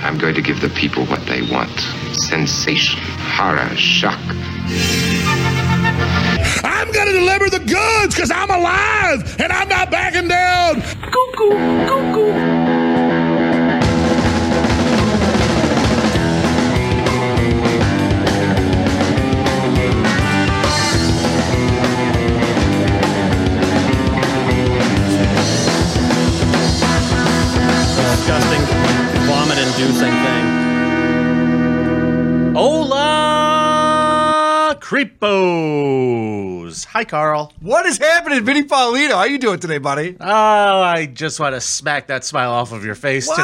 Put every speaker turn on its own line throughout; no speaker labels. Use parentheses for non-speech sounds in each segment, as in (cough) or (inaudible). I'm going to give the people what they want sensation, horror, shock.
I'm going to deliver the goods because I'm alive and I'm not backing down.
disgusting vomit inducing thing. Hola, creepos. Hi, Carl.
What is happening, Vinny Paulino? How you doing today, buddy?
Oh, I just want to smack that smile off of your face today.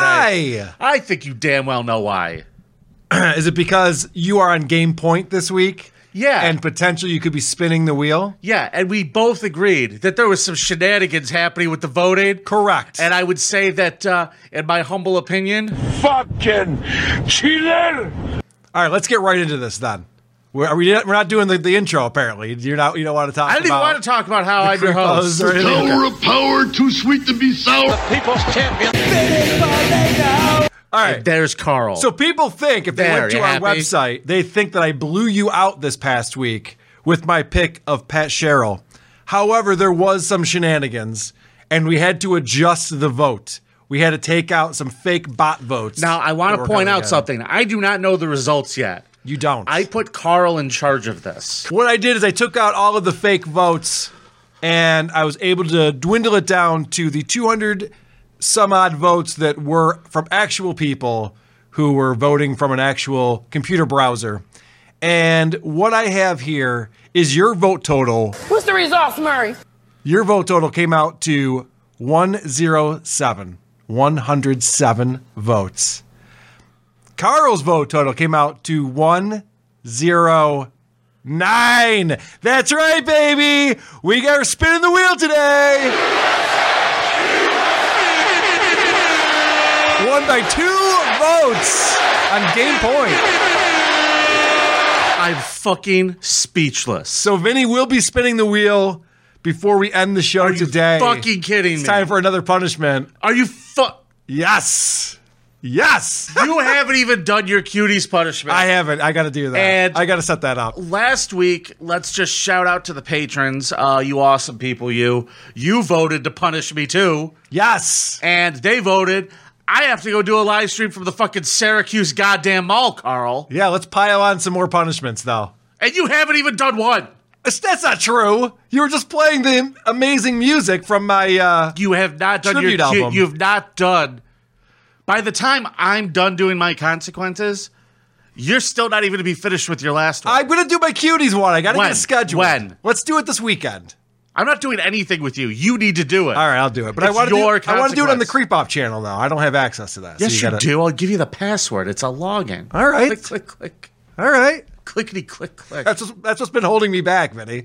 Why?
I think you damn well know why.
(clears throat) Is it because you are on game point this week?
Yeah.
And potentially you could be spinning the wheel?
Yeah, and we both agreed that there was some shenanigans happening with the voting.
Correct.
And I would say that, uh, in my humble opinion,
fucking chiller.
All right, let's get right into this then. We're, are we, we're not doing the, the intro, apparently. You're not, you don't want to talk
I didn't even
about
want to talk about how I'm your
creepos
host.
or anything.
Tower of power, too sweet to be sour.
All right.
There's Carl.
So people think if they
There,
went to
you
our
happy?
website, they think that I blew you out this past week with my pick of Pat Sherrill. However, there was some shenanigans, and we had to adjust the vote. We had to take out some fake bot votes.
Now, I want
that
to
were
point
coming
out
in.
something. I do not know the results yet.
You don't.
I put Carl in charge of this.
what I did is I took out all of the fake votes, and I was able to dwindle it down to the 200 some odd votes that were from actual people who were voting from an actual computer browser. And what I have here is your vote total.
What's the results, Murray?
Your vote total came out to 107. 107 votes. Carl's vote total came out to 109. That's right, baby. We are spinning the wheel today. Won by two votes on game point.
I'm fucking speechless.
So Vinny will be spinning the wheel before we end the show today.
Fucking kidding
it's
me.
time for another punishment.
Are you fuck?
Yes. Yes.
You haven't even done your cuties punishment.
I haven't. I got to do that.
And-
I got to set that up.
Last week, let's just shout out to the patrons. Uh, you awesome people, you. You voted to punish me too,
Yes.
and they voted. I have to go do a live stream from the fucking Syracuse goddamn mall, Carl.
Yeah, let's pile on some more punishments, though.
And you haven't even done one.
That's that's not true. You were just playing the amazing music from my. Uh,
You have not done
Tribute
your cu-
album.
You have not done. By the time I'm done doing my consequences, you're still not even to be finished with your last one.
I'm gonna do my cuties one. I gotta
When?
get a schedule.
When?
Let's do it this weekend.
I'm not doing anything with you. You need to do it.
All right, I'll do it. But I
It's
want to.
your
Do, I want to do it on the
consequence.
Creep Off channel, though. I don't have access to that. so
Yes, you,
gotta-
do. I'll give you the password. It's a login.
All right.
Click, click, click.
All right.
Clickety, click, click.
That's what's, that's what's been holding me back, Vinny.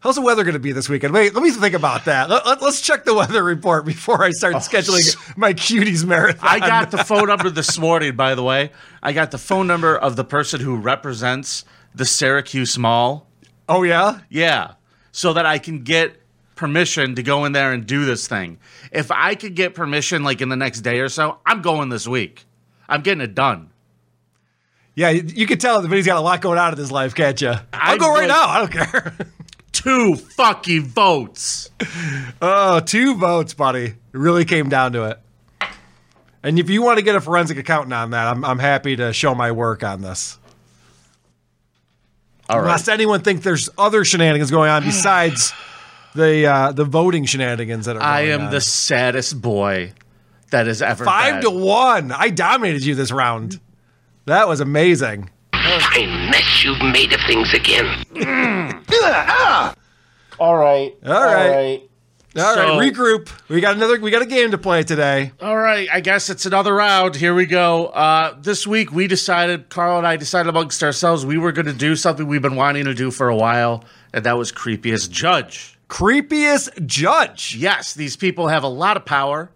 How's the weather going to be this weekend? Wait, let me think about that. Let, us check the weather report before I start scheduling my cuties marathon.
Oh, I got the phone number this morning, by the way. I got the phone number of the person who represents the Syracuse Mall.
Oh yeah,
Yeah. So that I can get permission to go in there and do this thing. If I could get permission like in the next day or so, I'm going this week. I'm getting it done.
yeah. You, you can tell that Vinny's got a lot going on in his life, can't you? I'll
I
go right
would-
now. I don't care.
Two fucking votes.
oh, two votes, buddy. It really came down to it. And if you want to get a forensic accountant on that, I'm, I'm happy to show my work on this.
All right.
Lest anyone think there's other shenanigans going on besides the uh, the voting shenanigans that are.
I
going
am
on.
the saddest boy that has ever
Five
been.
to one. I dominated you this round. That was amazing.
I mess you've made of things again.
All right.
All right. All right,
So-
regroup. We got another. We got a game to play today.
All right, I guess it's another round. Here we go. Uh, this week we decided, Carl and I decided amongst ourselves, we were going to do something we've been wanting to do for a while, and that was creepiest judge.
Creepiest judge.
Yes, these people have a lot of power.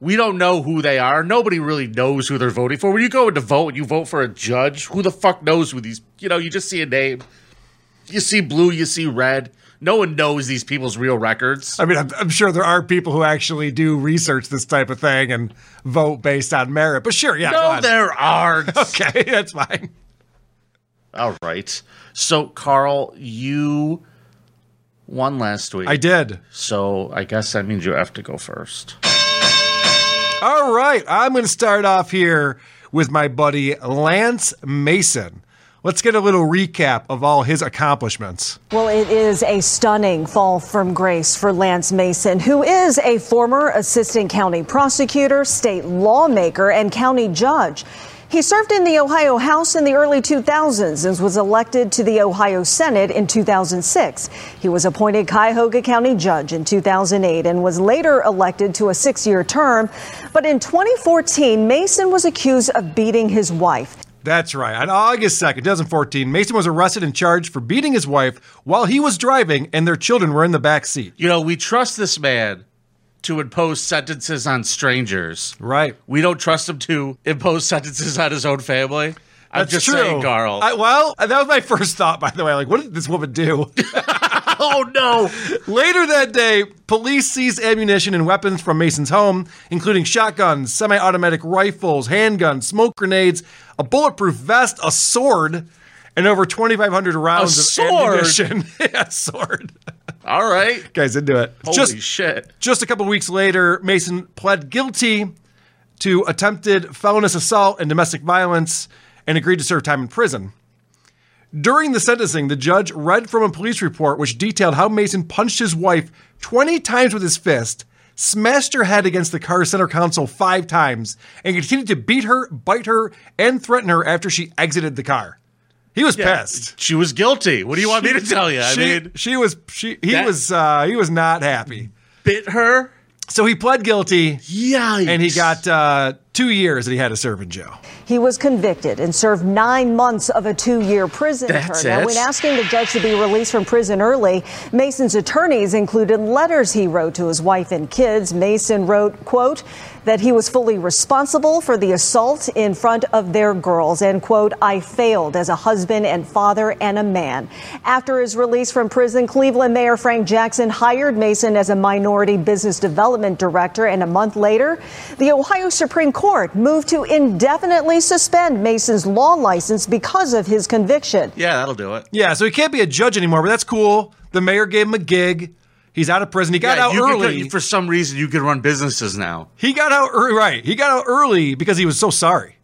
We don't know who they are. Nobody really knows who they're voting for. When you go in to vote and you vote for a judge, who the fuck knows who these? You know, you just see a name. You see blue, you see red. no one knows these people's real records.
I mean, I'm, I'm sure there are people who actually do research this type of thing and vote based on merit. But sure, yeah, go
no,
on.
there aren't.
(laughs) okay, that's fine.
All right. So, Carl, you won last week.
I did.
So, I guess that means you have to go first.
All right, I'm going to start off here with my buddy Lance Mason. Let's get a little recap of all his accomplishments.
Well, it is a stunning fall from grace for Lance Mason, who is a former assistant county prosecutor, state lawmaker, and county judge. He served in the Ohio House in the early 2000s and was elected to the Ohio Senate in 2006. He was appointed Cuyahoga County Judge in 2008 and was later elected to a six year term. But in 2014, Mason was accused of beating his wife.
That's right. On August 2nd, 2014, Mason was arrested and charged for beating his wife while he was driving and their children were in the back seat.
You know, we trust this man to impose sentences on strangers.
Right.
We don't trust him to impose sentences on his own family. I'm just saying, Carl.
I, well, that was my first thought, by the way. Like, what did this
(laughs)
woman do?
oh, no.
Later that day, police seized ammunition and weapons from Mason's home, including shotguns, semi automatic rifles, handguns, smoke grenades, a bulletproof vest, a sword, and over 2,500 rounds
sword?
of ammunition. (laughs) yeah, sword.
(laughs)
(laughs)
All right.
Guys, into it.
Holy
Just-
shit.
Just a couple weeks later, Mason pled guilty to attempted felonious assault and domestic violence and agreed to serve time in prison. During the sentencing, the judge read from a police report which detailed how Mason punched his wife 20 times with his fist, smashed her head against the car center console five times, and continued to beat her, bite her, and threaten her after she exited the car. He was pissed.
She was guilty. What do you want me to tell you? I
she,
mean,
she was she he
That-
was uh, he was not happy.
bit her.
So he pled guilty
Yikes.
and he got uh, two years that he had to serve in jail.
He was convicted and served nine months of a two year prison
That's
term.
it.
And when asking the judge to be released from prison early, Mason's attorneys included letters he wrote to his wife and kids. Mason wrote, quote, that he was fully responsible for the assault in front of their girls and, quote, I failed as a husband and father and a man. After his release from prison, Cleveland Mayor Frank Jackson hired Mason as a minority business development director, and a month later, the Ohio Supreme Court moved to indefinitely suspend Mason's law license because of his conviction.
Yeah, that'll do it.
Yeah, so he can't be a judge anymore, but that's cool. The mayor gave him a gig. He's out of prison. He got
Yeah,
out
you could-
early.
for some reason, you could run businesses now.
he got out early. Right. He got out early because he was so sorry.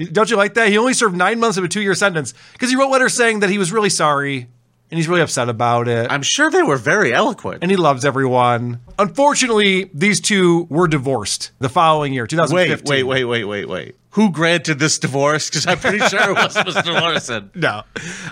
Don't you like that? He only served nine months of a two year sentence because he wrote letters saying that he was really sorry and he's really upset about it.
I'm sure they were very eloquent.
and he loves everyone. Unfortunately, these two were divorced the following year, 2015.
Wait, wait, wait, wait, wait, wait. Who granted this divorce? Because I'm pretty sure it
(laughs)
was Mr. Larson.
No.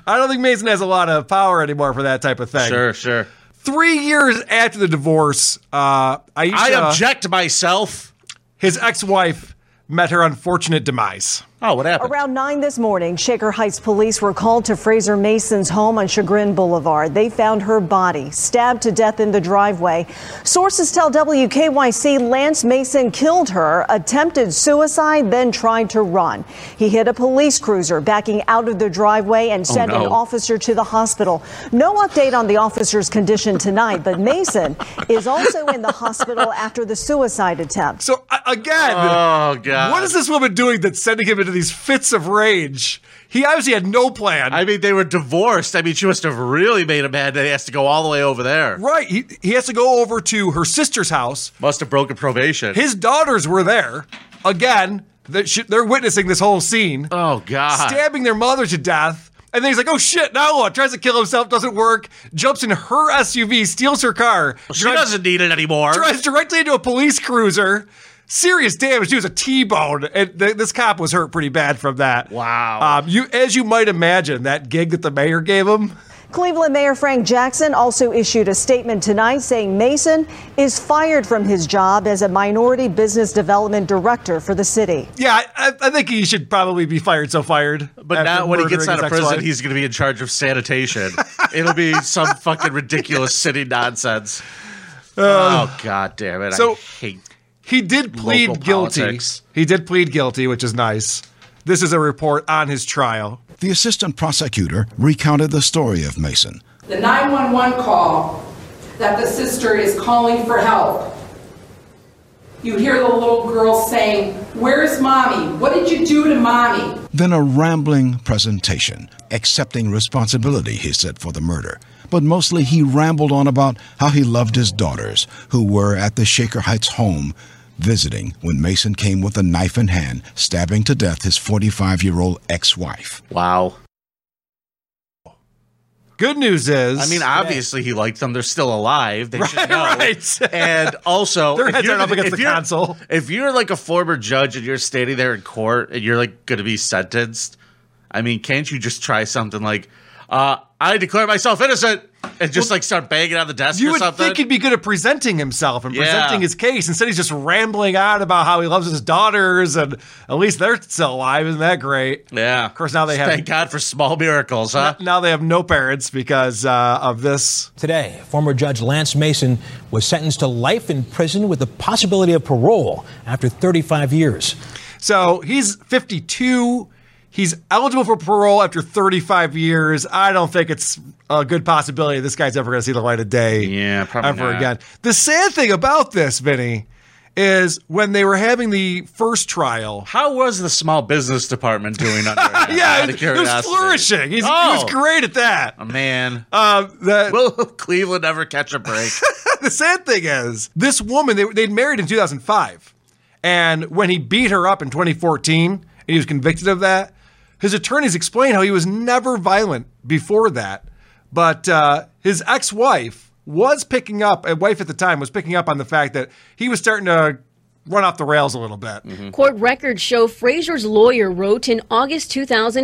I don't think Mason has a lot of power anymore for that type of thing.
Sure, sure.
Three years after the divorce, uh, Aisha,
I object myself.
his ex-wife, met her unfortunate demise.
Oh, what happened?
Around 9 this morning, Shaker Heights police were called to Fraser Mason's home on Chagrin Boulevard. They found her body, stabbed to death in the driveway. Sources tell WKYC Lance Mason killed her, attempted suicide, then tried to run. He hit a police cruiser backing out of the driveway and sent
Oh, no.
an officer to the hospital. No update on the officer's condition tonight, but Mason is also in the hospital after the suicide attempt.
So uh, again,
oh god.
what is this woman doing that's sending him into these fits of rage? He obviously had no plan.
I mean, they were divorced. I mean, she must have really made him mad that he has to go all the way over there.
right. He, he has to go over to her sister's house.
Must have broken probation.
His daughters were there. Again, that she- they're witnessing this whole scene.
oh god.
stabbing their mother to death. And then he's like, oh shit, now what? Tries to kill himself, doesn't work, jumps in her SUV, steals her car,
she doesn't need it anymore.
drives directly into a police cruiser. Serious damage. He was a T-bone, and th- this cop was hurt pretty bad from that.
Wow.
Um, you, as you might imagine, that gig that the mayor gave him.
Cleveland Mayor Frank Jackson also issued a statement tonight saying Mason is fired from his job as a minority business development director for the city.
Yeah, I- I, I think he should probably be fired. So fired.
But
after
now, when he gets
murdering
out of
his ex-wife.
prison, he's going to be in charge of
(laughs)
sanitation. It'll be some fucking ridiculous city nonsense. oh god damn it!
Uh, so-
I hate.
He did plead
Local
guilty.
politics.
He did plead guilty, which is nice. This is a report on his trial.
The assistant prosecutor recounted the story of Mason, the 911 call that the sister is calling for help. You hear the little girl saying, Where's mommy? What did you do to mommy?
Then a rambling presentation, accepting responsibility, he said, for the murder. But mostly he rambled on about how he loved his daughters, who were at the Shaker Heights home visiting when Mason came with a knife in hand, stabbing to death his 45 year old ex wife.
Wow.
Good news is,
I mean, obviously he liked them. They're still alive. They should know.
right.
And also,
Their
if
heads
you're-
aren't up against
if
the
you're-
console.
If you're like a former judge and you're standing there in court and you're like going to be sentenced, I mean, can't you just try something like, uh, "I declare myself innocent," and just like start banging on the desk
you
or
would
something?
think he'd be good at presenting himself and
Yeah.
presenting his case. Instead, he's just rambling on about how he loves his daughters and at least they're still alive. Isn't that great?
yeah.
Of course, now they have-
Thank God for small miracles, huh?
Now they have no parents because uh, of this.
Today, former Judge Lance Mason was sentenced to life in prison with the possibility of parole after 35 years.
So he's 52. He's eligible for parole after 35 years. I don't think it's a good possibility this guy's ever going to see the light of day.
Yeah, probably
ever
not.
again. The sad thing about this, Vinny, is when they were having the first trial.
How was the small business department doing
(laughs)
under? him?
Yeah,
Out of
it, it was
curiosity.
flourishing. He's, He was
Oh.
great at that.
Man,
Um, the,
will Cleveland ever catch a break?
the sad thing is, this woman, they, they'd married in 2005. And when he beat her up in 2014, and he was convicted of that, his attorneys explained how he was never violent before that. But uh, his ex wife was picking up, a wife at the time was picking up on the fact that he was starting to run off the rails a little bit.
Mm-hmm.
Court records show Fraser's lawyer wrote in August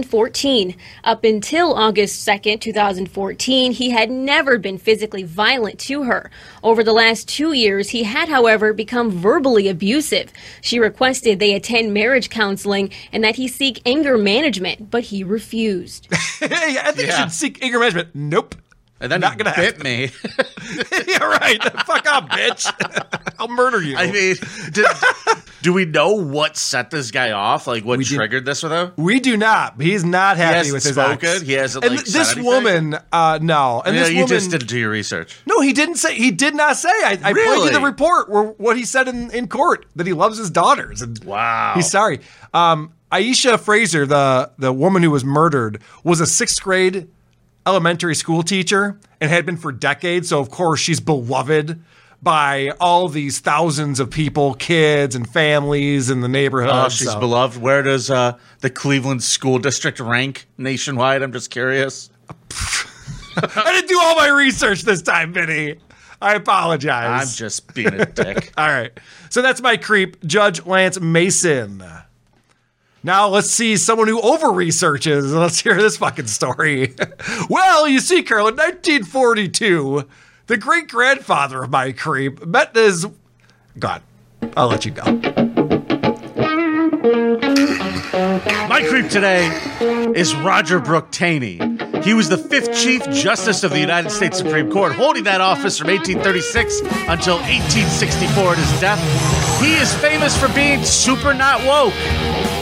2014. Up until August 2nd, 2014, he had never been physically violent to her. Over the last two years, he had, however, become verbally abusive. She requested they attend marriage counseling and that he seek anger management, but he refused.
(laughs) Hey, I think you
Yeah.
should seek anger management. Nope. (laughs)
And then
Not
he
gonna
bit
happen.
me.
yeah, right. Fuck off, bitch. (laughs) I'll murder you.
(laughs) I mean, did, do we know what set this guy off? Like, what triggered this with him?
We do not. He's not happy
hasn't
with his
spoken?
ex.
He hasn't,
And
like,
th-
said
this
anything?
woman, uh, no. And
Yeah,
this
you
woman,
just didn't do your research.
no, he didn't say. He did not say. I, I played you
Really?
the report where what he said in, in court that he loves his daughters. And
Wow.
he's sorry. Um, Aisha Fraser, the the woman who was murdered, was a sixth grade elementary school teacher and had been for decades. So of course she's beloved by all these thousands of people, kids and families in the neighborhood.
Oh, she's
So-
beloved. Where does uh, the Cleveland school district rank nationwide? I'm just curious.
I didn't do all my research this time, Vinny. I apologize.
I'm just being a dick.
all right. So that's my creep, Judge Lance Mason. Now let's see someone who over researches. Let's hear this fucking story. (laughs) well, you see, Carol, in 1942, the great grandfather of my creep met his. God, I'll let you go.
My creep today is Roger Brooke Taney. He was the fifth Chief Justice of the United States Supreme Court, holding that office from 1836 until 1864 at his death. He is famous for being super not woke.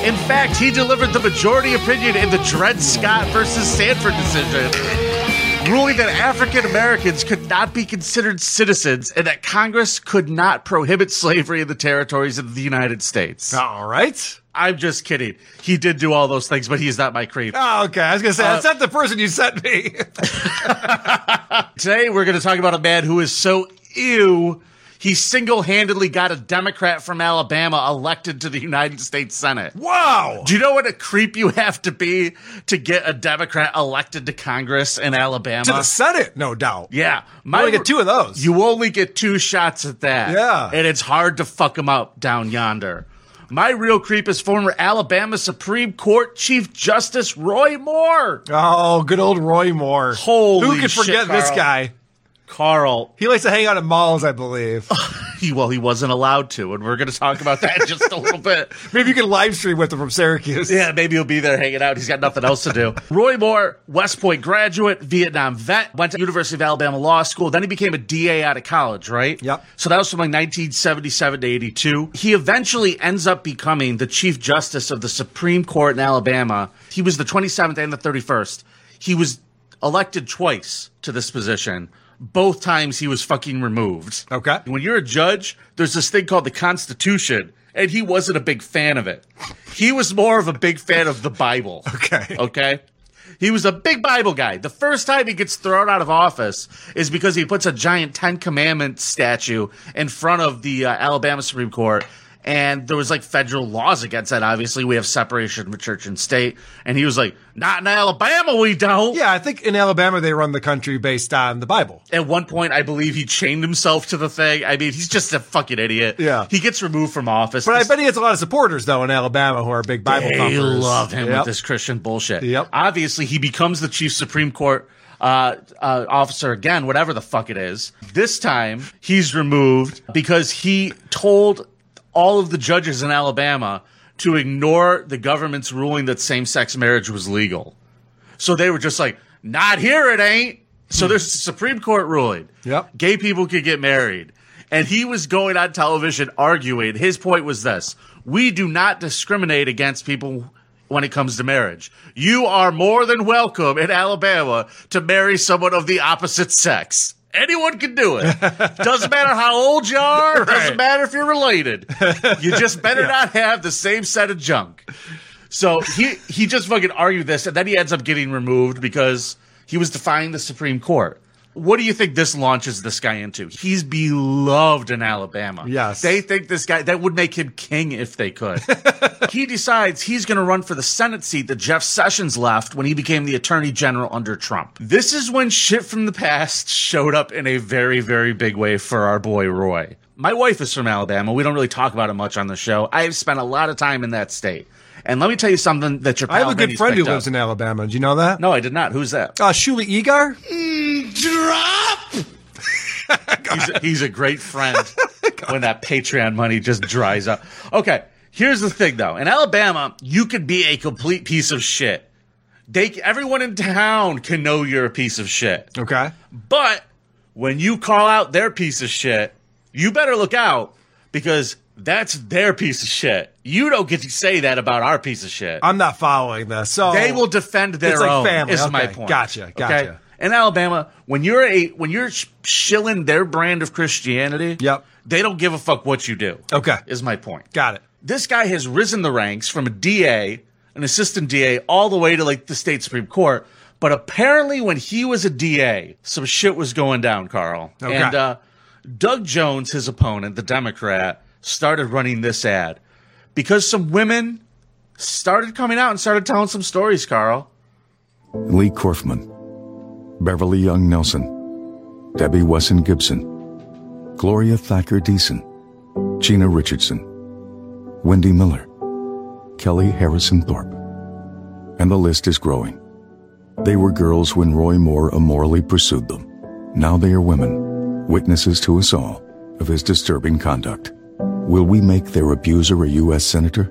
In fact, he delivered the majority opinion in the Dred Scott versus Sanford decision ruling that African Americans could not be considered citizens and that Congress could not prohibit slavery in the territories of the United States.
All right.
I'm just kidding. He did do all those things, but he's not my creep.
Oh, okay. I was going to say, that's not the person you sent me. (laughs)
Today, we're going to talk about a man who is so ew. He single handedly got a Democrat from Alabama elected to the United States Senate.
wow.
Do you know what a creep you have to be to get a Democrat elected to Congress in Alabama?
To the Senate, no doubt.
Yeah,
I only get two of those.
You only get two shots at that.
Yeah.
and it's hard to fuck them up down yonder. My real creep is former Alabama Supreme Court Chief Justice Roy Moore.
Oh, good old Roy Moore.
Holy
Who could
shit,
forget this
Carl.
guy?
Carl,
He likes to hang out at malls,
(laughs)
I believe.
he, well, he wasn't allowed to, and we're going to talk about that in just a little bit.
Maybe you can live stream with him from Syracuse.
(laughs) Yeah, maybe he'll be there hanging out. He's got nothing else to do. Roy Moore, West Point graduate, Vietnam vet, went to University of Alabama Law School. Then he became a DA out of college, right?
Yep.
So that was from like 1977 to 82. He eventually ends up becoming the Chief Justice of the Supreme Court in Alabama. He was the 27th and the 31st. He was elected twice to this position. Both times he was fucking removed.
Okay.
When you're a judge, there's this thing called the Constitution, and he wasn't a big fan of it. He was more of a big fan of the Bible.
(laughs)
Okay. Okay. He was a big Bible guy. The first time he gets thrown out of office is because he puts a giant Ten Commandments statue in front of the uh, Alabama Supreme Court. And there was like federal laws against that. Obviously, we have separation of church and state. And he was like, "Not in Alabama, we don't."
Yeah, I think in Alabama they run the country based on the Bible.
At one point, I believe he chained himself to the thing. I mean, he's just a fucking idiot.
Yeah.
he gets removed from office.
But I bet he gets a lot of supporters though in Alabama who are big Bible.
They
thumpers.
love him
Yep.
with this Christian bullshit.
Yep.
Obviously, he becomes the chief Supreme Court uh, uh, officer again, whatever the fuck it is. This time, he's removed because he told all of the judges in Alabama to ignore the government's ruling that same-sex marriage was legal. So they were just like, "Not here, it ain't." So there's a Supreme Court ruling.
Yep.
Gay people could get married. And he was going on television arguing. His point was this We do not discriminate against people when it comes to marriage. You are more than welcome in Alabama to marry someone of the opposite sex. Anyone can do it. Doesn't matter how old you are, doesn't matter if you're related. You just better not have the same set of junk. So he he just fucking argued this, and then he ends up getting removed because he was defying the Supreme Court. What do you think this launches this guy into? He's beloved in Alabama.
Yes.
They think this guy, that would make him king if they could. he decides he's going to run for the Senate seat that Jeff Sessions left when he became the Attorney General under Trump. This is when shit from the past showed up in a very, very big way for our boy Roy. My wife is from Alabama. We don't really talk about it much on the show. I have spent a lot of time in that state. And let me tell you something that your
I have
pal
a good
Vinny's
friend who
picked up.
lives in Alabama. Do you know that?
No, I did not. Who's that?
Uh, Shuli Egar.
he's, a, he's a great friend when that Patreon money just dries up. Okay, here's the thing though. In Alabama, you could be a complete piece of shit. They everyone in town can know you're a piece of shit.
Okay.
But when you call out their piece of shit, you better look out because that's their piece of shit. You don't get to say that about our piece of shit.
I'm not following this. So
they will defend their
It's like
own.
family.
Is my
Okay.
point.
Gotcha. Gotcha.
In Alabama, when you're a when you're sh- shilling their brand of Christianity,
Yep.
they don't give a fuck what you do.
Okay.
is my point.
Got it.
This guy has risen the ranks from a DA, an assistant DA, all the way to like the state supreme court. But apparently, when he was a DA, some shit was going down, Carl.
Okay.
And uh, Doug Jones, his opponent, the Democrat, started running this ad because some women started coming out and started telling some stories, Carl.
Lee Korfman, Beverly Young Nelson, Debbie Wesson Gibson, Gloria Thacker Deason, Gina Richardson, Wendy Miller, Kelly Harrison Thorpe. And the list is growing. They were girls when Roy Moore immorally pursued them. Now they are women, witnesses to us all of his disturbing conduct. Will we make their abuser a U.S. Senator?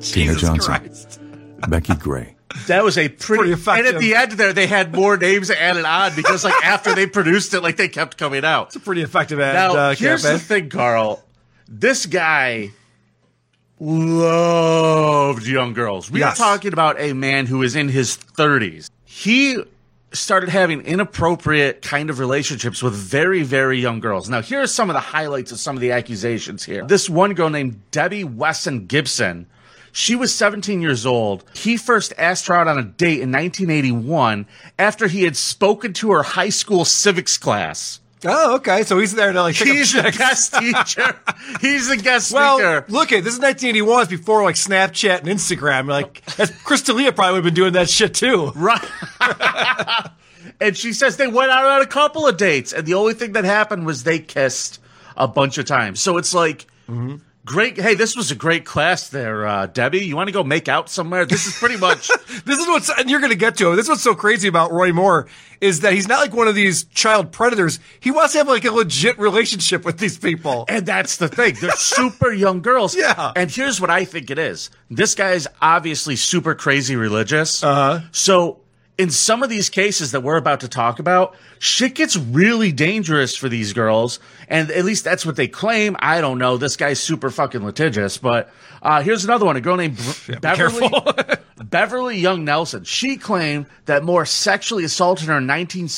Tina Johnson,
(laughs)
Becky Gray.
That was a pretty,
effective.
And at the end there, they had more names added on because, like, after they produced it, like, they kept coming out.
It's a pretty effective ad.
Now,
uh,
here's
campaign.
the thing, Carl. This guy loved young girls. We
Yes.
are talking about a man who is in his 30s. He started having inappropriate kind of relationships with very, very young girls. Now, here are some of the highlights of some of the accusations here. This one girl named Debbie Wesson Gibson. She was 17 years old. He first asked her out on a date in 1981 after he had spoken to her high school civics class.
Oh, okay. So he's there to like pick up
He's the
chicks.
guest teacher. He's the guest speaker.
Well, look at this is 1981. It's before like Snapchat and
(laughs)
Instagram. Like, that's, Chris D'Elia probably would have been doing that shit too.
Right. (laughs) and she says they went out on a couple of dates, and the only thing that happened was they kissed a bunch of times. So it's like,
Mm-hmm.
great. Hey, this was a great class there, uh, Debbie. You want to go make out somewhere? This is pretty
(laughs)
much.
This is what's and you're going to get to. it. This is what's so crazy about Roy Moore is that he's not like one of these child predators. He wants to have like a legit relationship with these people.
And that's the thing. They're super young girls.
Yeah.
And here's what I think it is. This guy is obviously super crazy religious. Uh-huh. So in some of these cases that we're about to talk about, shit gets really dangerous for these girls. And at least that's what they claim. I don't know. This guy's super fucking litigious. But uh, here's another one. A girl named Br- Beverly Beverly Young Nelson. She claimed that Moore sexually assaulted her in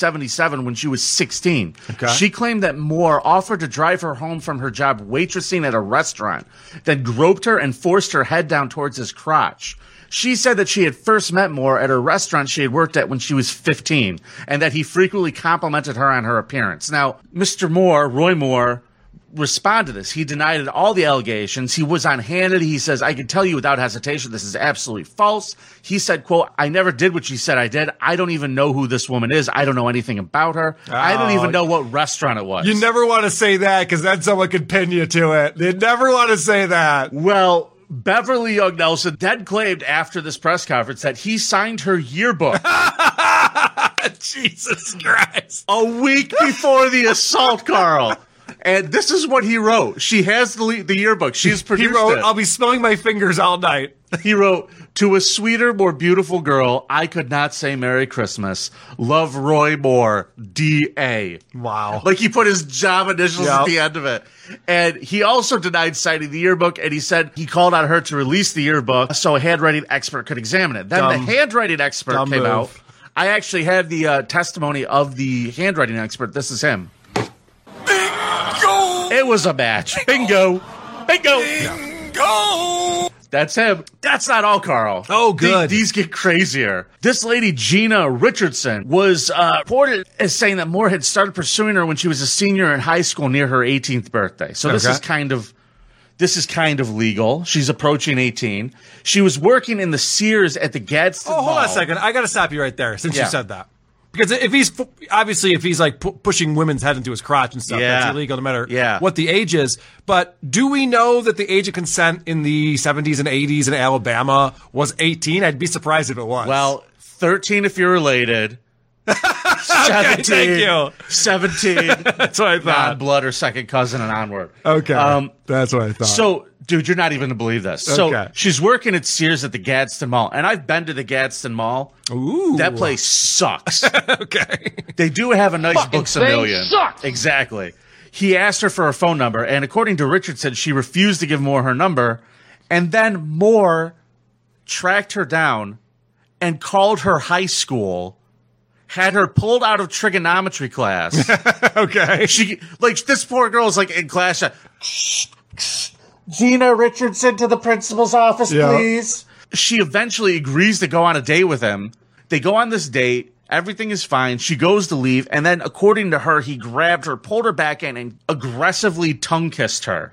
1977 when she was 16. She claimed that Moore offered to drive her home from her job waitressing at a restaurant, then groped her and forced her head down towards his crotch. She said that she had first met Moore at a restaurant she had worked at when she was 15 and that he frequently complimented her on her appearance. Now, Mr. Moore, Roy Moore, respond to this. He denied all the allegations. He was on hand and he says, I can tell you without hesitation, this is absolutely false. He said, quote, I never did what she said I did. I don't even know who this woman is. I don't know anything about her. I don't
Oh.
even know what restaurant it was.
You never want to say that because then someone could pin you to it. You never want to
(laughs)
say that.
Well, Beverly Young Nelson then claimed after this press conference that he signed her
(laughs)
yearbook.
Jesus Christ.
A week before the assault, Carl. And this is what he wrote. She has the, le- the yearbook. She's produced
he wrote,
it.
I'll be smelling my fingers all night.
He wrote, To a sweeter, more beautiful girl, I could not say Merry Christmas. Love Roy Moore, D.A.
Wow.
Like he put his job initials
Yep.
at the end of it. And he also denied signing the yearbook and he said he called on her to release the yearbook so a handwriting expert could examine it. Then
Dumb.
the handwriting expert
Dumb
came
move.
out. I actually had the uh, testimony of the handwriting expert. This is him. Bingo! It was a match. Bingo. Bingo. Bingo. That's him. That's not all, Carl. Oh,
good.
these get crazier. This lady, Gina Richardson, was uh, reported as saying that Moore had started pursuing her when she was a senior in high school near her 18th birthday. So this
Okay.
is kind of this is kind of legal. She's approaching 18. She was working in the Sears at the Gadsden.
Oh, hold on a
Mall.
second. I got to stop you right there since
Yeah.
you said that. Because if he's obviously if he's like pu- pushing women's head into his crotch and stuff,
Yeah.
that's illegal no matter
Yeah.
what the age is. But do we know that the age of consent in the 70s and 80s in Alabama was 18? I'd be surprised if it was. (laughs)
Well, 13 if you're related. 17.
you.
17.
(laughs)
That's
what I thought.
blood or second cousin and onward.
okay,
Um,
that's what I thought.
So, dude, you're not even to believe this. So,
Okay.
she's working at Sears at the Gadsden Mall, and I've been to the Gadsden Mall. Ooh, that place
(laughs)
sucks.
okay,
they do have a nice
Fucking
books a
thing
million.
sucks.
Exactly. He asked her for her phone number, and according to Richardson, she refused to give Moore her number, and then Moore tracked her down and called her high school. Had her pulled out of trigonometry class.
(laughs) okay.
She like this poor girl is like in class. uh, Gina Richardson to the principal's office,
Yeah.
please. She eventually agrees to go on a date with him. They go on this date. Everything is fine. She goes to leave. And then, according to her, he grabbed her, pulled her back in, and aggressively tongue kissed (laughs) her.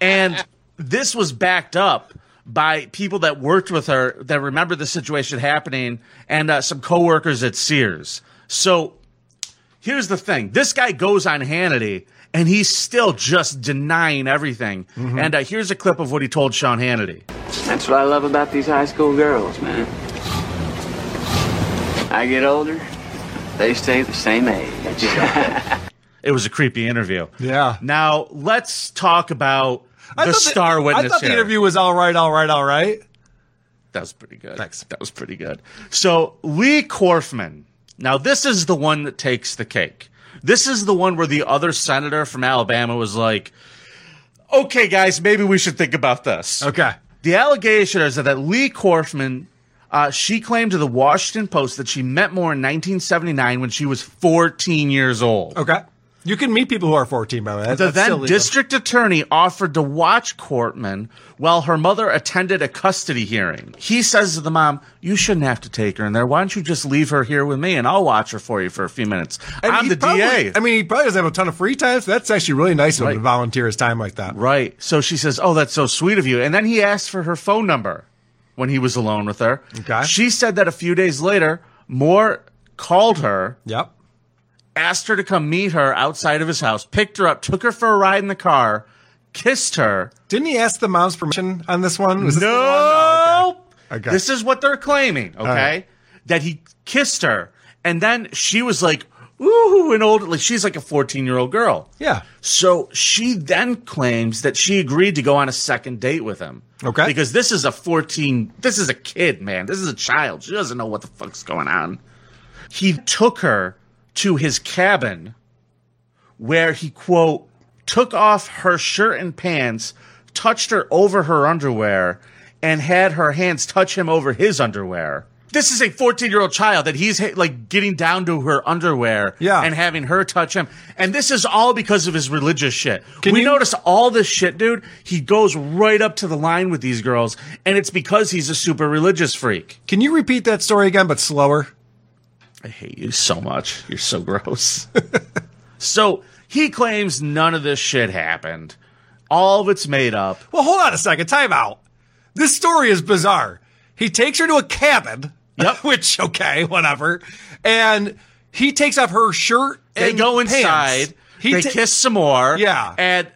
and this was backed up by people that worked with her that remember the situation happening and uh, some coworkers at Sears. So here's the thing this guy goes on Hannity and he's still just denying everything.
Mm-hmm.
And uh, here's a clip of what he told Sean Hannity.
That's what I love about these high school girls, man. I get older, they stay the same age.
It was a creepy interview.
Yeah.
Now let's talk about
I
the
thought
star witness
I thought the
here.
interview was all right, all right, all right.
That was pretty good. Thanks. That was pretty good. So Lee Korfman. Now this is the one that takes the cake. This is the one where the other senator from Alabama was like, "Okay, guys, maybe we should think about this."
Okay.
The allegation is that Lee Korfman, uh, she claimed to the Washington Post that she met Moore in 1979 when she was 14 years old.
Okay. You can meet people who are 14, by the way. That-
The
that's
then
still legal.
district attorney offered to watch Cortman while her mother attended a custody hearing. He says to the mom, You shouldn't have to take her in there. Why don't you just leave her here with me and I'll watch her for you for a few minutes?
And
I'm
he
the
probably-
DA.
I mean, he probably doesn't have a ton of free time, so that's actually really nice of him to volunteer his time like that.
right. So she says, Oh, that's so sweet of you. And then he asked for her phone number when he was alone with her. Okay. She said that a few days later, Moore called her.
Yep.
asked her to come meet her outside of his house, picked her up, took her for a ride in the car, kissed her.
Didn't he ask the mom's permission on this one? Was this the one?
Nope.
Okay.
This is what they're claiming, okay?
right.
That he kissed her. And then she was like, ooh, an old, like she's like a 14 year old girl.
Yeah.
So she then claims that she agreed to go on a second date with him.
Okay.
Because this is a 14, this is a kid, man. This is a child. She doesn't know what the fuck's going on. He took her to his cabin where he, quote, took off her shirt and pants, touched her over her underwear and had her hands touch him over his underwear. This is a 14 year old child that he's like getting down to her underwear yeah. and having her touch him. And this is all because of his religious shit. we notice all this shit, dude. He goes right up to the line with these girls, and it's because he's a super religious freak.
Can you repeat that story again, but slower?
I hate you so much. You're so gross. (laughs) so he claims none of this shit happened. All of it's made up.
Well, hold on a second. Time out. This story is bizarre. He takes her to a cabin.
Yep.
(laughs) which, okay, whatever. And he takes off her shirt.
They
and
go
pants.
inside. He they
ta-
kiss some more.
Yeah.
And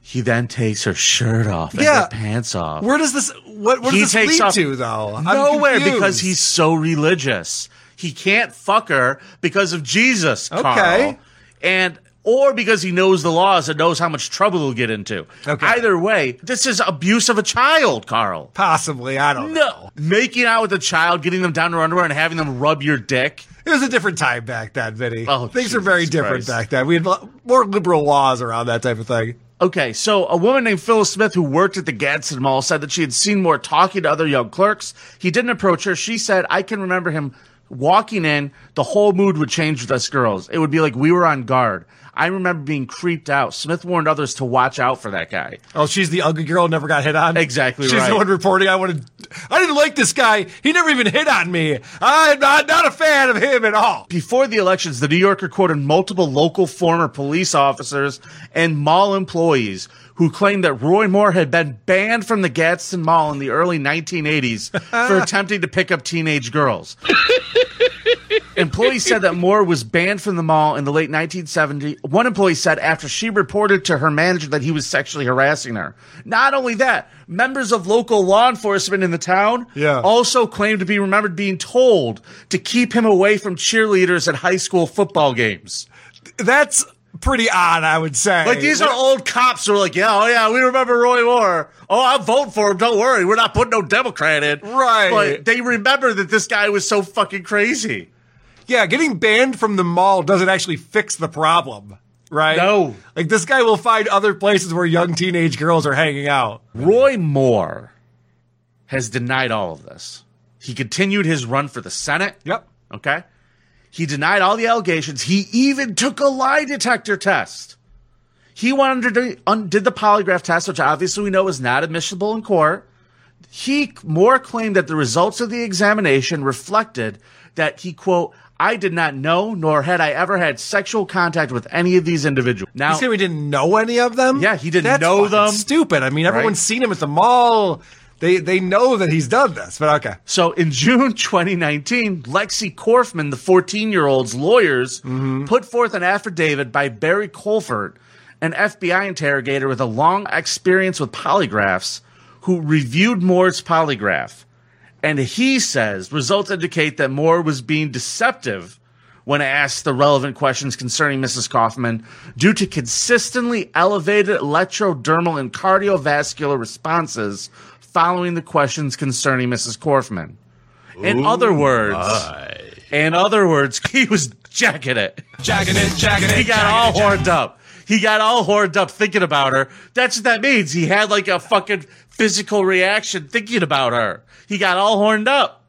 he then takes her shirt off and her pants off.
Where does this? What, what
he
does this
takes
lead
off
to, though? I'm
nowhere because
confused.
he's so religious. He can't fuck her because of Jesus, Carl.
Okay.
And or because he knows the laws and knows how much trouble he'll get into.
Okay.
Either way, this is abuse of a child, Carl.
possibly. I don't. know.
No. Making out with a child, getting them down to underwear and having them rub your dick.
It was a different time back then, Vinny.
Oh,
Things were very
Jesus
different
Christ.
back then. We had lo- more liberal laws around that type of thing.
Okay, so a woman named Phyllis Smith who worked at the Gadsden Mall said that she had seen Moore talking to other young clerks. He didn't approach her. She said, I can remember him walking in. The whole mood would change with us girls. It would be like we were on guard. I remember being creeped out. Smith warned others to watch out for that guy.
Oh, she's the ugly girl who never got hit on.
Exactly
She's
right.
the one reporting. I wanted. I didn't like this guy. He never even hit on me. I'm not, not a fan of him at all.
Before the elections, the New Yorker quoted multiple local former police officers and mall employees who claimed that Roy Moore had been banned from the Gadsden Mall in the early 1980s for attempting to pick up teenage girls. Employees said that Moore was banned from the mall in the late 1970s. One employee said after she reported to her manager that he was sexually harassing her. Not only that, members of local law enforcement in the town
Yeah.
also claimed to be remembered being told to keep him away from cheerleaders at high school football games.
That's pretty odd, I would say.
Like these are old cops who are like, yeah, oh yeah, we remember Roy Moore. Oh, I'll vote for him. Don't worry, we're not putting no Democrat in.
Right.
But they remember that this guy was so fucking crazy.
Yeah, getting banned from the mall doesn't actually fix the problem, right?
No.
Like this guy will find other places where young teenage girls are hanging out.
Roy Moore has denied all of this. He continued his run for the Senate.
Yep.
Okay. He denied all the allegations. He even took a lie detector test. He went under the, un, did the polygraph test, which obviously we know is not admissible in court. He Moore claimed that the results of the examination reflected that he quote, I did not know nor had I ever had sexual contact with any of these individuals. Now
You say we didn't know any of them?
Oh. Yeah, he didn't
That's
know
fucking
them.
Stupid. I mean, everyone's
Right.
seen him at the mall. They they know that he's done this, but okay.
So in June (laughs) 2019, Lexi Korfman, the 14 year old's lawyers, put forth an affidavit by Barry Colford, an FBI interrogator with a long experience with polygraphs, who reviewed Moore's polygraph. And he says results indicate that Moore was being deceptive when asked the relevant questions concerning Mrs. Kaufman due to consistently elevated electrodermal and cardiovascular responses following the questions concerning Mrs. Kaufman. In other words, in other words, (laughs) he was jacking it.
Jacking it, jacking
He got all horned up. He got all horned up thinking about her. That's what that means. He had like a fucking physical reaction thinking about her. He got all horned up.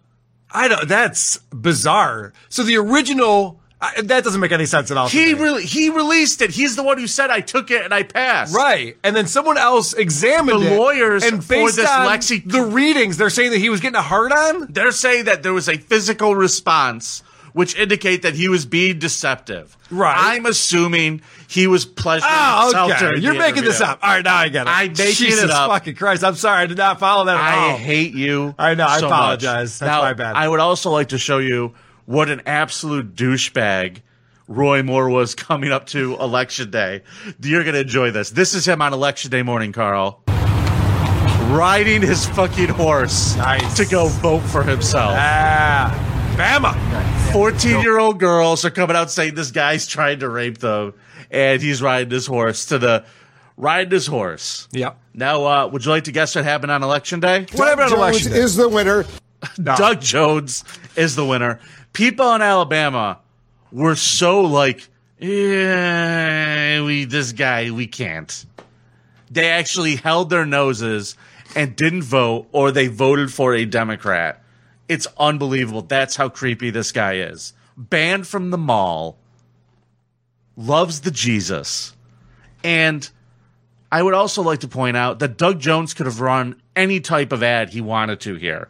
I don't. That's bizarre. So the original I, that doesn't make any sense at all. to
He
me.
re- he released it. He's the one who said I took it and I passed.
Right, and then someone else examined
The
it,
lawyers
and
for
based
this
on
Lexi-
the readings, they're saying that he was getting a hard on.
They're saying that there was a physical response which indicate that he was being deceptive.
Right.
I'm assuming he was pleasuring
Oh,
himself
okay.
during
You're
the
making
interview.
this up. All right, now I get it.
I'm making it
Jesus
up.
fucking Christ! I'm sorry, I did not follow that at
I
all.
hate you.
Oh. I know, I
so
apologize.
much.
That's
now,
my bad.
I would also like to show you what an absolute douchebag Roy Moore was (laughs) coming up to election day. You're going to enjoy this. This is him on election day morning, Carl. Riding his fucking horse
Nice.
to go vote for himself.
ah, Bama.
14 year old girls are coming out saying this guy's trying to rape them, and he's riding his horse to the riding his horse.
Yep.
Now, uh, would you like to guess what happened on election day?
What happened on election day?
the winner.
No.
Doug Jones is the winner. People in Alabama were so like, yeah, we this guy we can't. they actually held their noses and didn't vote, or they voted for a Democrat. It's unbelievable. That's how creepy this guy is. Banned from the mall, loves the Jesus. And I would also like to point out that Doug Jones could have run any type of ad he wanted to here,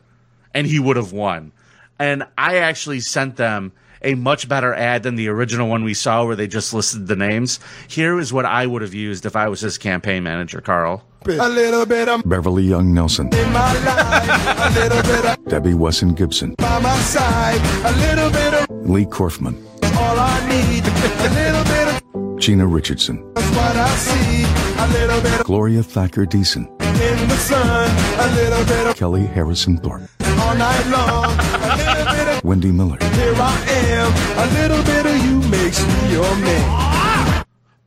and he would have won. And I actually sent them a much better ad than the original one we saw where they just listed the names. Here is what I would have used if I was his campaign manager, Carl.
A little bit of
Beverly Young Nelson,
in my life, a little bit of
Debbie Wesson Gibson,
by my side, a little bit of
Lee Korfman,
all I need, a little bit of
Gina Richardson,
that's what I see, a little bit
Gloria Thacker Deason,
of in the sun, a little bit of
Kelly Harrison Thorpe,
all night long, a little bit of
Wendy Miller,
here I am, a little bit of you makes me your man.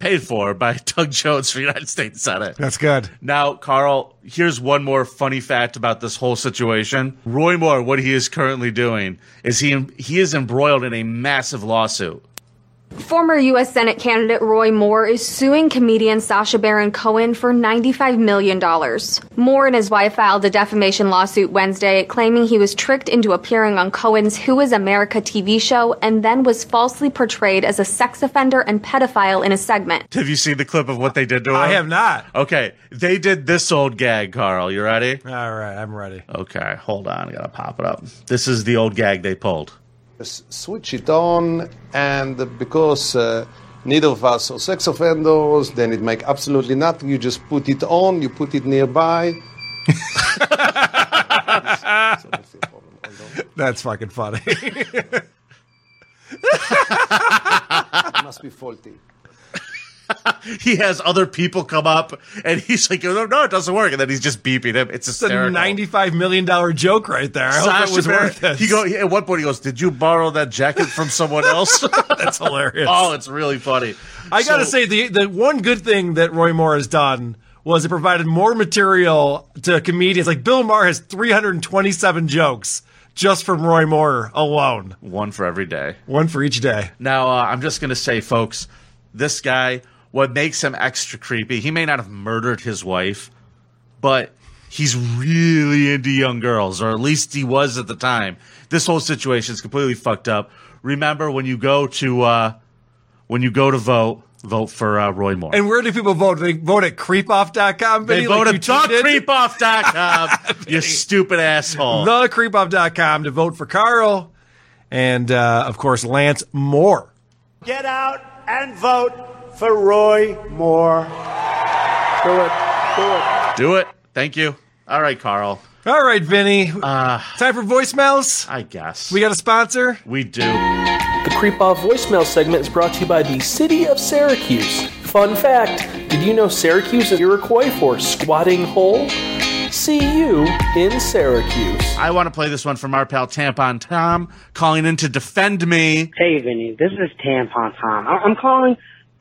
Paid for by (laughs) Doug Jones for the United States Senate.
That's good.
Now, Carl, here's one more funny fact about this whole situation. Roy Moore, what he is currently doing is he he is embroiled in a massive lawsuit.
Former U.S. Senate candidate Roy Moore is suing comedian Sasha Baron Cohen for $95 million. Moore and his wife filed a defamation lawsuit Wednesday claiming he was tricked into appearing on Cohen's Who is America TV show and then was falsely portrayed as a sex offender and pedophile in a segment.
Have you seen the clip of what they did to him?
I have not.
Okay, they did this old gag, Carl. You ready?
All right, I'm ready.
Okay, hold on. I gotta pop it up. This is the old gag they pulled.
s- switch it on, and because uh, neither of us are sex offenders, then it make absolutely nothing. You just put it on, you put it nearby.
That's fucking funny.
It must be faulty.
He has other people come up and he's like, no, no, it doesn't work. And then he's just beeping him. It's
It's a
hysterical.
ninety-five million dollar joke right there. I hope it was
Baron-
worth it.
He go he- at one point. He goes, "Did you borrow that jacket from someone
(laughs)
else?" That's
hilarious.
(laughs) Oh, it's really funny.
I gotta
So-
say the the one good thing that Roy Moore has done was it provided more material to comedians. Like Bill Maher has 327 jokes just from Roy Moore alone.
one for every day.
One for each day.
Now, uh, I'm just going to say, folks, this guy, what makes him extra creepy, he may not have murdered his wife, but he's really into young girls, or at least he was at the time. This whole situation is completely fucked up. Remember, when you go to uh, when you go to vote, vote for uh, Roy Moore.
And where do people vote? They vote at creepoff.com.
they
Vinny,
vote
like
at
(laughs)
dogcreepoff.com, you stupid asshole.
TheCreepoff.com to vote for Carl. And, uh, of course, Lance Moore.
Get out and vote for Roy Moore. Do it. Do it.
Do it. Thank you. All right, Carl.
All right, Vinny. Time for voicemails?
I guess.
We got a sponsor?
We do.
The Creep Off voicemail segment is brought to you by the City of Syracuse. Fun fact did you know Syracuse is Iroquois for squatting hole? See you in Syracuse.
I want to play this one from our pal Tampon Tom calling in to defend me.
Hey, Vinny, this is Tampon Tom. I- I'm calling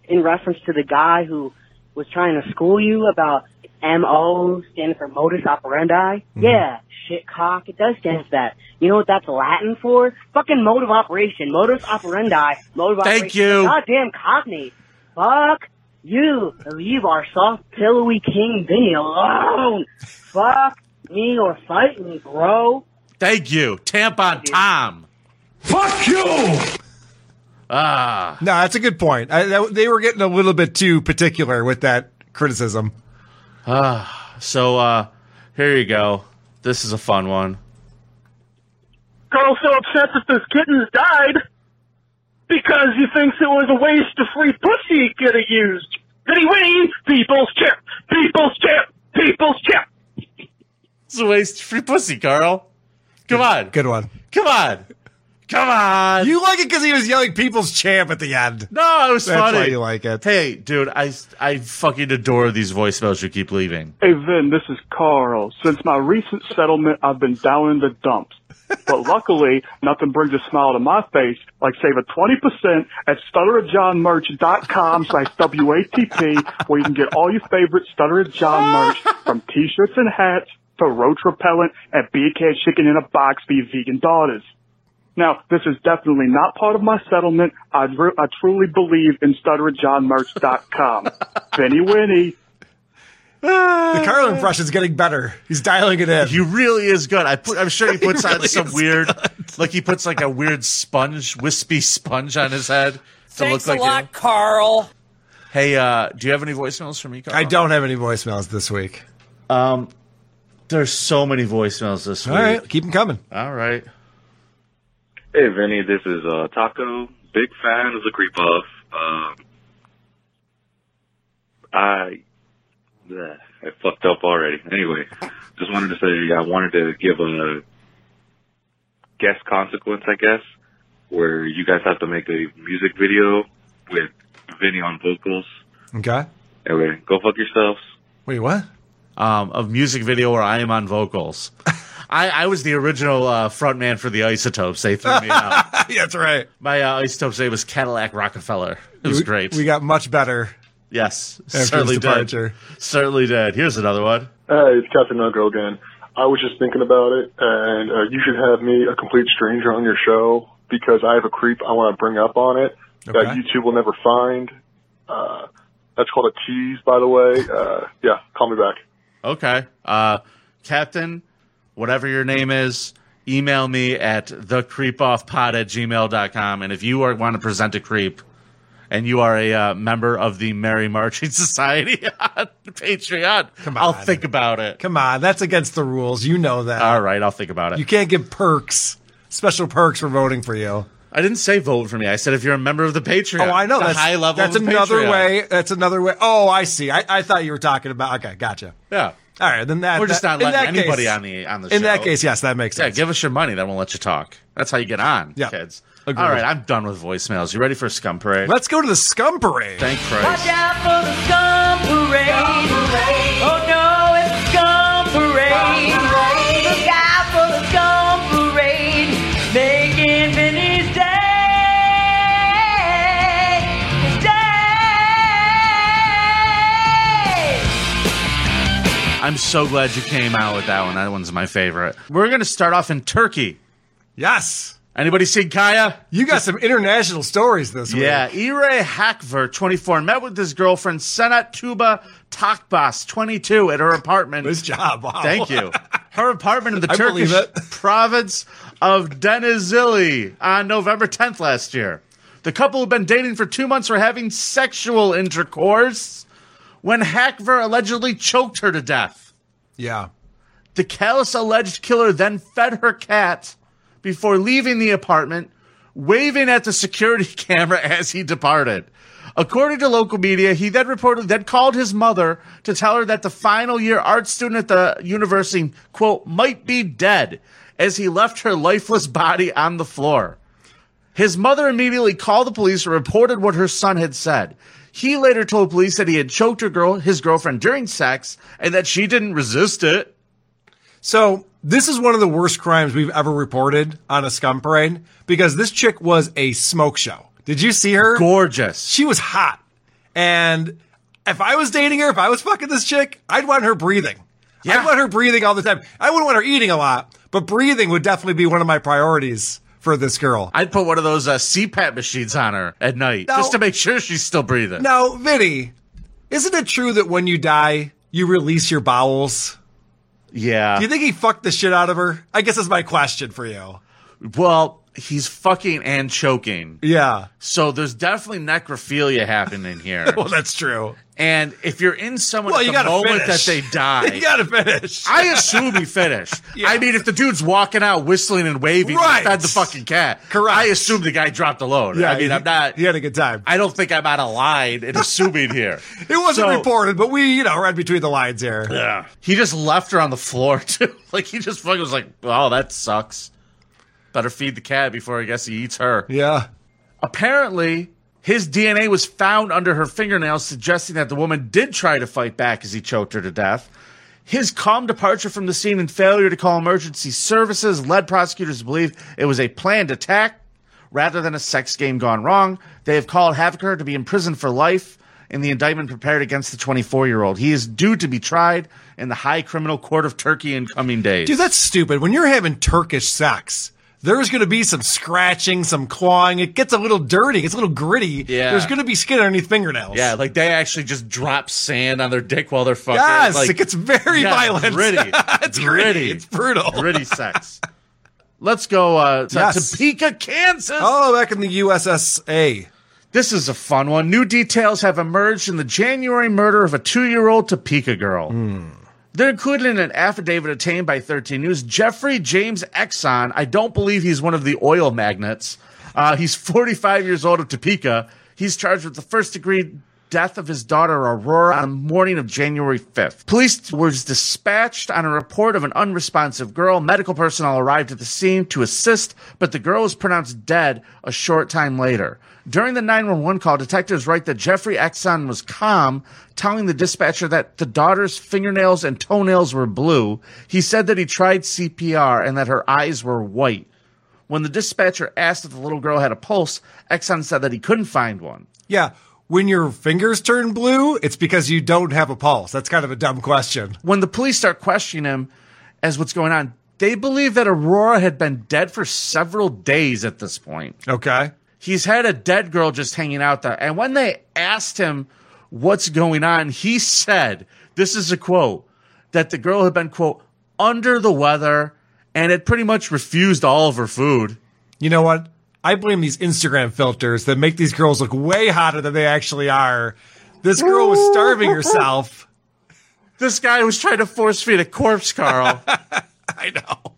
in reference to the guy who was trying to school you about MO, standing for modus operandi.
Mm-hmm.
Yeah, shit cock, it does stand for that. You know what that's Latin for? Fucking mode of operation. Modus operandi. Mode of
Thank
operation.
you.
Goddamn cockney. Fuck you. Leave our soft, pillowy King Vinny alone. Fuck me or fight me, bro.
Thank you, Tampon Tom.
Fuck you!
Ah.
No, that's a good point. I, that, they were getting a little bit too particular with that criticism.
Ah, so uh, here you go. This is a fun one.
Carl's so upset that this kitten's died because he thinks it was a waste of free pussy he could have used. Anyway, people's chip, people's chip, people's chip.
It's a waste of free pussy, Carl. Come on.
Good one.
Come on. Come on.
You like it because he was yelling people's champ at the end.
No, it was
That's
funny.
why you like it.
Hey, dude, I I fucking adore these voicemails you keep leaving.
Hey Vin, this is Carl. Since my recent settlement, I've been down in the dumps. But luckily, nothing brings a smile to my face like saving 20% at stutterofjohnmerch.com slash WATP, where you can get all your favorite Stutter of John merch from t-shirts and hats to roach repellent and beer can chicken in a box for your vegan daughters. Now, this is definitely not part of my settlement. I, dru- I truly believe in stutterofjohnmerch.com. Benny Winnie.
the Carl impression's getting better. He's dialing it in.
He really is good. I put, I'm sure he
(laughs) He
puts on
really
some
is
weird, like he puts like a weird sponge, wispy sponge on his head to
Thanks
look
a
like.
lot, Carl.
Hey, uh, do you have any voicemails for me? Carl?
I don't have any voicemails this week.
Um, there's so many voicemails this
All
week.
right, keep them coming.
All right.
Hey, Vinny, this is uh, Taco. Big fan of the Creep Off. Um, I, bleh, I fucked up already. Anyway, (laughs) just wanted to say I wanted to give a guest consequence, I guess, where you guys have to make a music video with Vinny on vocals.
Okay.
Anyway, go fuck yourselves.
(laughs)
Wait, what?
Um, a music video where I am on vocals. I, I was the original uh, frontman for the Isotopes. They threw me out.
That's right.
My uh, Isotopes name was Cadillac Rockefeller. It was
We-
great.
We got much better.
yes,
After his
certainly did.
departure.
Certainly did. Here's another one.
Hey, it's Captain Nuggo again. I was just thinking about it, and uh, you should have me, a complete stranger, on your show because I have a creep I want to bring up on it that
Okay.
YouTube will never find. Uh, that's called a tease, by the way. Uh, yeah, call me back.
Okay. Uh, Captain, whatever your name is, email me at thecreepoffpod at gmail.com. And if you are, want to present a creep and you are a uh, member of the Merry Marching (laughs) Society on Patreon, I'll think about it.
Come on, that's against the rules. You know that.
All right, I'll think about it.
You can't give perks, special perks for voting for you.
I didn't say vote for me. I said if you're a member of the Patreon.
Oh, I know.
The
that's
high level.
That's
of the
another
Patreon.
way. That's another way. Oh, I see. I, I thought you were talking about. Okay, gotcha.
Yeah.
All right, then that
We're just
that-
not
in
letting
that
anybody
case-
on the on the
In that
show.
case, yes, that makes
Yeah,
sense.
give us your money, then we'll let you talk. That's how you get on, kids.
Agreed.
All right, I'm done with voicemails. You ready for Scum Parade?
Let's go to the Scum Parade.
Thank Christ.
Watch out for the scum parade. Oh no, it's the scum parade. Look out for the scum parade. Making Vinny's day. His day.
I'm so glad you came out with that one. That one's my favorite. We're going to start off in Turkey.
Yes.
Anybody seen Kaya?
You got some international stories this week.
Yeah, Ire Hakver, 24, met with his girlfriend Senat Tuba Takbas, 22, at her apartment. Nice
job. (laughs) Wow.
Thank you. Her apartment in the
I believe
Turkish province of Denizli on November 10th last year. The couple had been dating for two months were having sexual intercourse when Hakver allegedly choked her to death.
Yeah.
The callous alleged killer then fed her cat before leaving the apartment, waving at the security (laughs) camera as he departed. According to local media, he then reported then called his mother to tell her that the final year art student at the university, quote, might be dead as he left her lifeless body on the floor. His mother immediately called the police and reported what her son had said. He later told police that he had choked her girl, his girlfriend during sex and that she didn't resist it.
So this is one of the worst crimes we've ever reported on a scum parade because this chick was a smoke show. Did you see her?
Gorgeous.
She was hot. And if I was dating her, if I was fucking this chick, I'd want her breathing. I'd want her breathing all the time. I wouldn't want her eating a lot, but breathing would definitely be one of my priorities for this girl.
I'd put one of those uh, CPAP machines on her at night
No.
just to make sure she's still breathing.
Now, Vinny, isn't it true that when you die, you release your bowels?
Yeah.
Do you think he fucked the shit out of her? I guess that's my question for you.
Well, he's fucking and choking. (laughs)
Yeah.
So there's definitely necrophilia happening here.
(laughs) Well, that's true.
and if you're in someone
Well,
at
you
the
gotta
moment
finish.
that they die,
(laughs) You gotta finish.
I assume he
(laughs)
finished. I mean, if the dude's walking out whistling and waving, he
Right.
fed the fucking cat. Correct. I assume the guy dropped the load.
Yeah,
I mean,
he-
I'm not. He
had a good time.
I don't think I'm out of line in assuming here.
(laughs) It wasn't
So-
reported, but we, you know, read between the lines here.
Yeah. He just left her on the floor (laughs) too. Like he just fucking was like, "Oh, that sucks." Better feed the cat before I guess he eats her.
Yeah.
Apparently, his DNA was found under her fingernails, suggesting that the woman did try to fight back as he choked her to death. His calm departure from the scene and failure to call emergency services led prosecutors to believe it was a planned attack rather than a sex game gone wrong. They have called Havaker to be imprisoned for life in the indictment prepared against the 24 year old. He is due to be tried in the High Criminal Court of Turkey in coming days.
Dude, that's stupid. When you're having Turkish sex, there's going to be some scratching, some clawing. It gets a little dirty. It's a little gritty.
Yeah.
There's going to be skin underneath fingernails.
Yeah, like they actually just drop sand on their dick while they're fucking.
Yes,
like,
it gets very
yeah,
violent.
Gritty.
(laughs) it's gritty. It's brutal.
Gritty sex. Let's go uh, to
Yes.
Topeka, Kansas.
Oh, back in the USSA.
This is a fun one. New details have emerged in the January murder of a two year old Topeka girl. They're included in an affidavit obtained by 13 News. Jeffrey James Exxon, I don't believe he's one of the oil magnates. Uh, he's 45 years old of Topeka. He's charged with the first degree death of his daughter Aurora on the morning of January 5th. Police were dispatched on a report of an unresponsive girl. Medical personnel arrived at the scene to assist, but the girl was pronounced dead a short time later. During the 911 call, detectives write that Jeffrey Exxon was calm, telling the dispatcher that the daughter's fingernails and toenails were blue. He said that he tried CPR and that her eyes were white. When the dispatcher asked if the little girl had a pulse, Exxon said that he couldn't find one.
Yeah. When your fingers turn blue, it's because you don't have a pulse. That's kind of a dumb question.
when the police start questioning him as what's going on, they believe that Aurora had been dead for several days at this point.
Okay.
He's had a dead girl just hanging out there. And when they asked him what's going on, he said, this is a quote, that the girl had been, quote, under the weather and had pretty much refused all of her food.
You know what? I blame these Instagram filters that make these girls look way hotter than they actually are. This girl was starving herself. (laughs)
This guy was trying to force feed a corpse, Carl.
I know.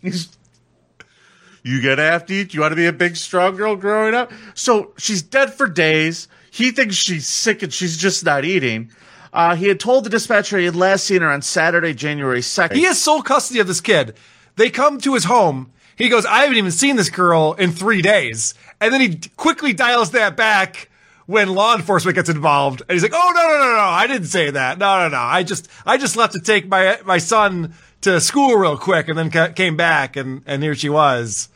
He's- (laughs) you gonna have to eat. You want to be a big, strong girl growing up. So she's dead for days. He thinks she's sick and she's just not eating. Uh, he had told the dispatcher he had last seen her on Saturday, January 2nd.
He has sole custody of this kid. They come to his home. He goes, I haven't even seen this girl in three days. And then he d- quickly dials that back when law enforcement gets involved. And he's like, Oh, no, no, no, no. I didn't say that. No, no, no. I just, I just left to take my, my son to school real quick and then ca- came back and, and here she was,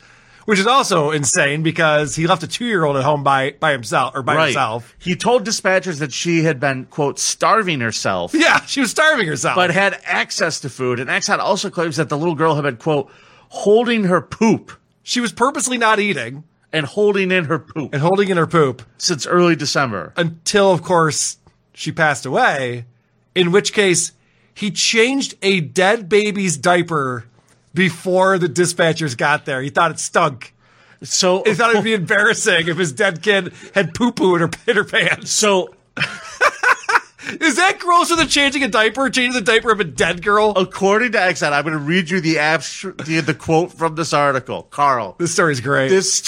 which is also insane because he left a two year old at home by, by himself or by
Right.
himself.
He told dispatchers that she had been, quote, starving herself.
Yeah, she was starving herself.
But had access to food. And Exxon also claims that the little girl had been, quote, holding her poop.
She was purposely not eating.
And holding in her poop.
And holding in her poop.
Since early December.
Until, of course, she passed away, in which case he changed a dead baby's diaper before the dispatchers got there. He thought it stunk.
So
he thought it would be embarrassing if his dead kid had poo poo in her, (laughs) in her pants.
So.
Is that grosser than changing a diaper? Changing the diaper of a dead girl?
Oh, According to Exxon, I'm going to read you the, abstr- the the quote from this article. Carl,
this story's great. (laughs)
This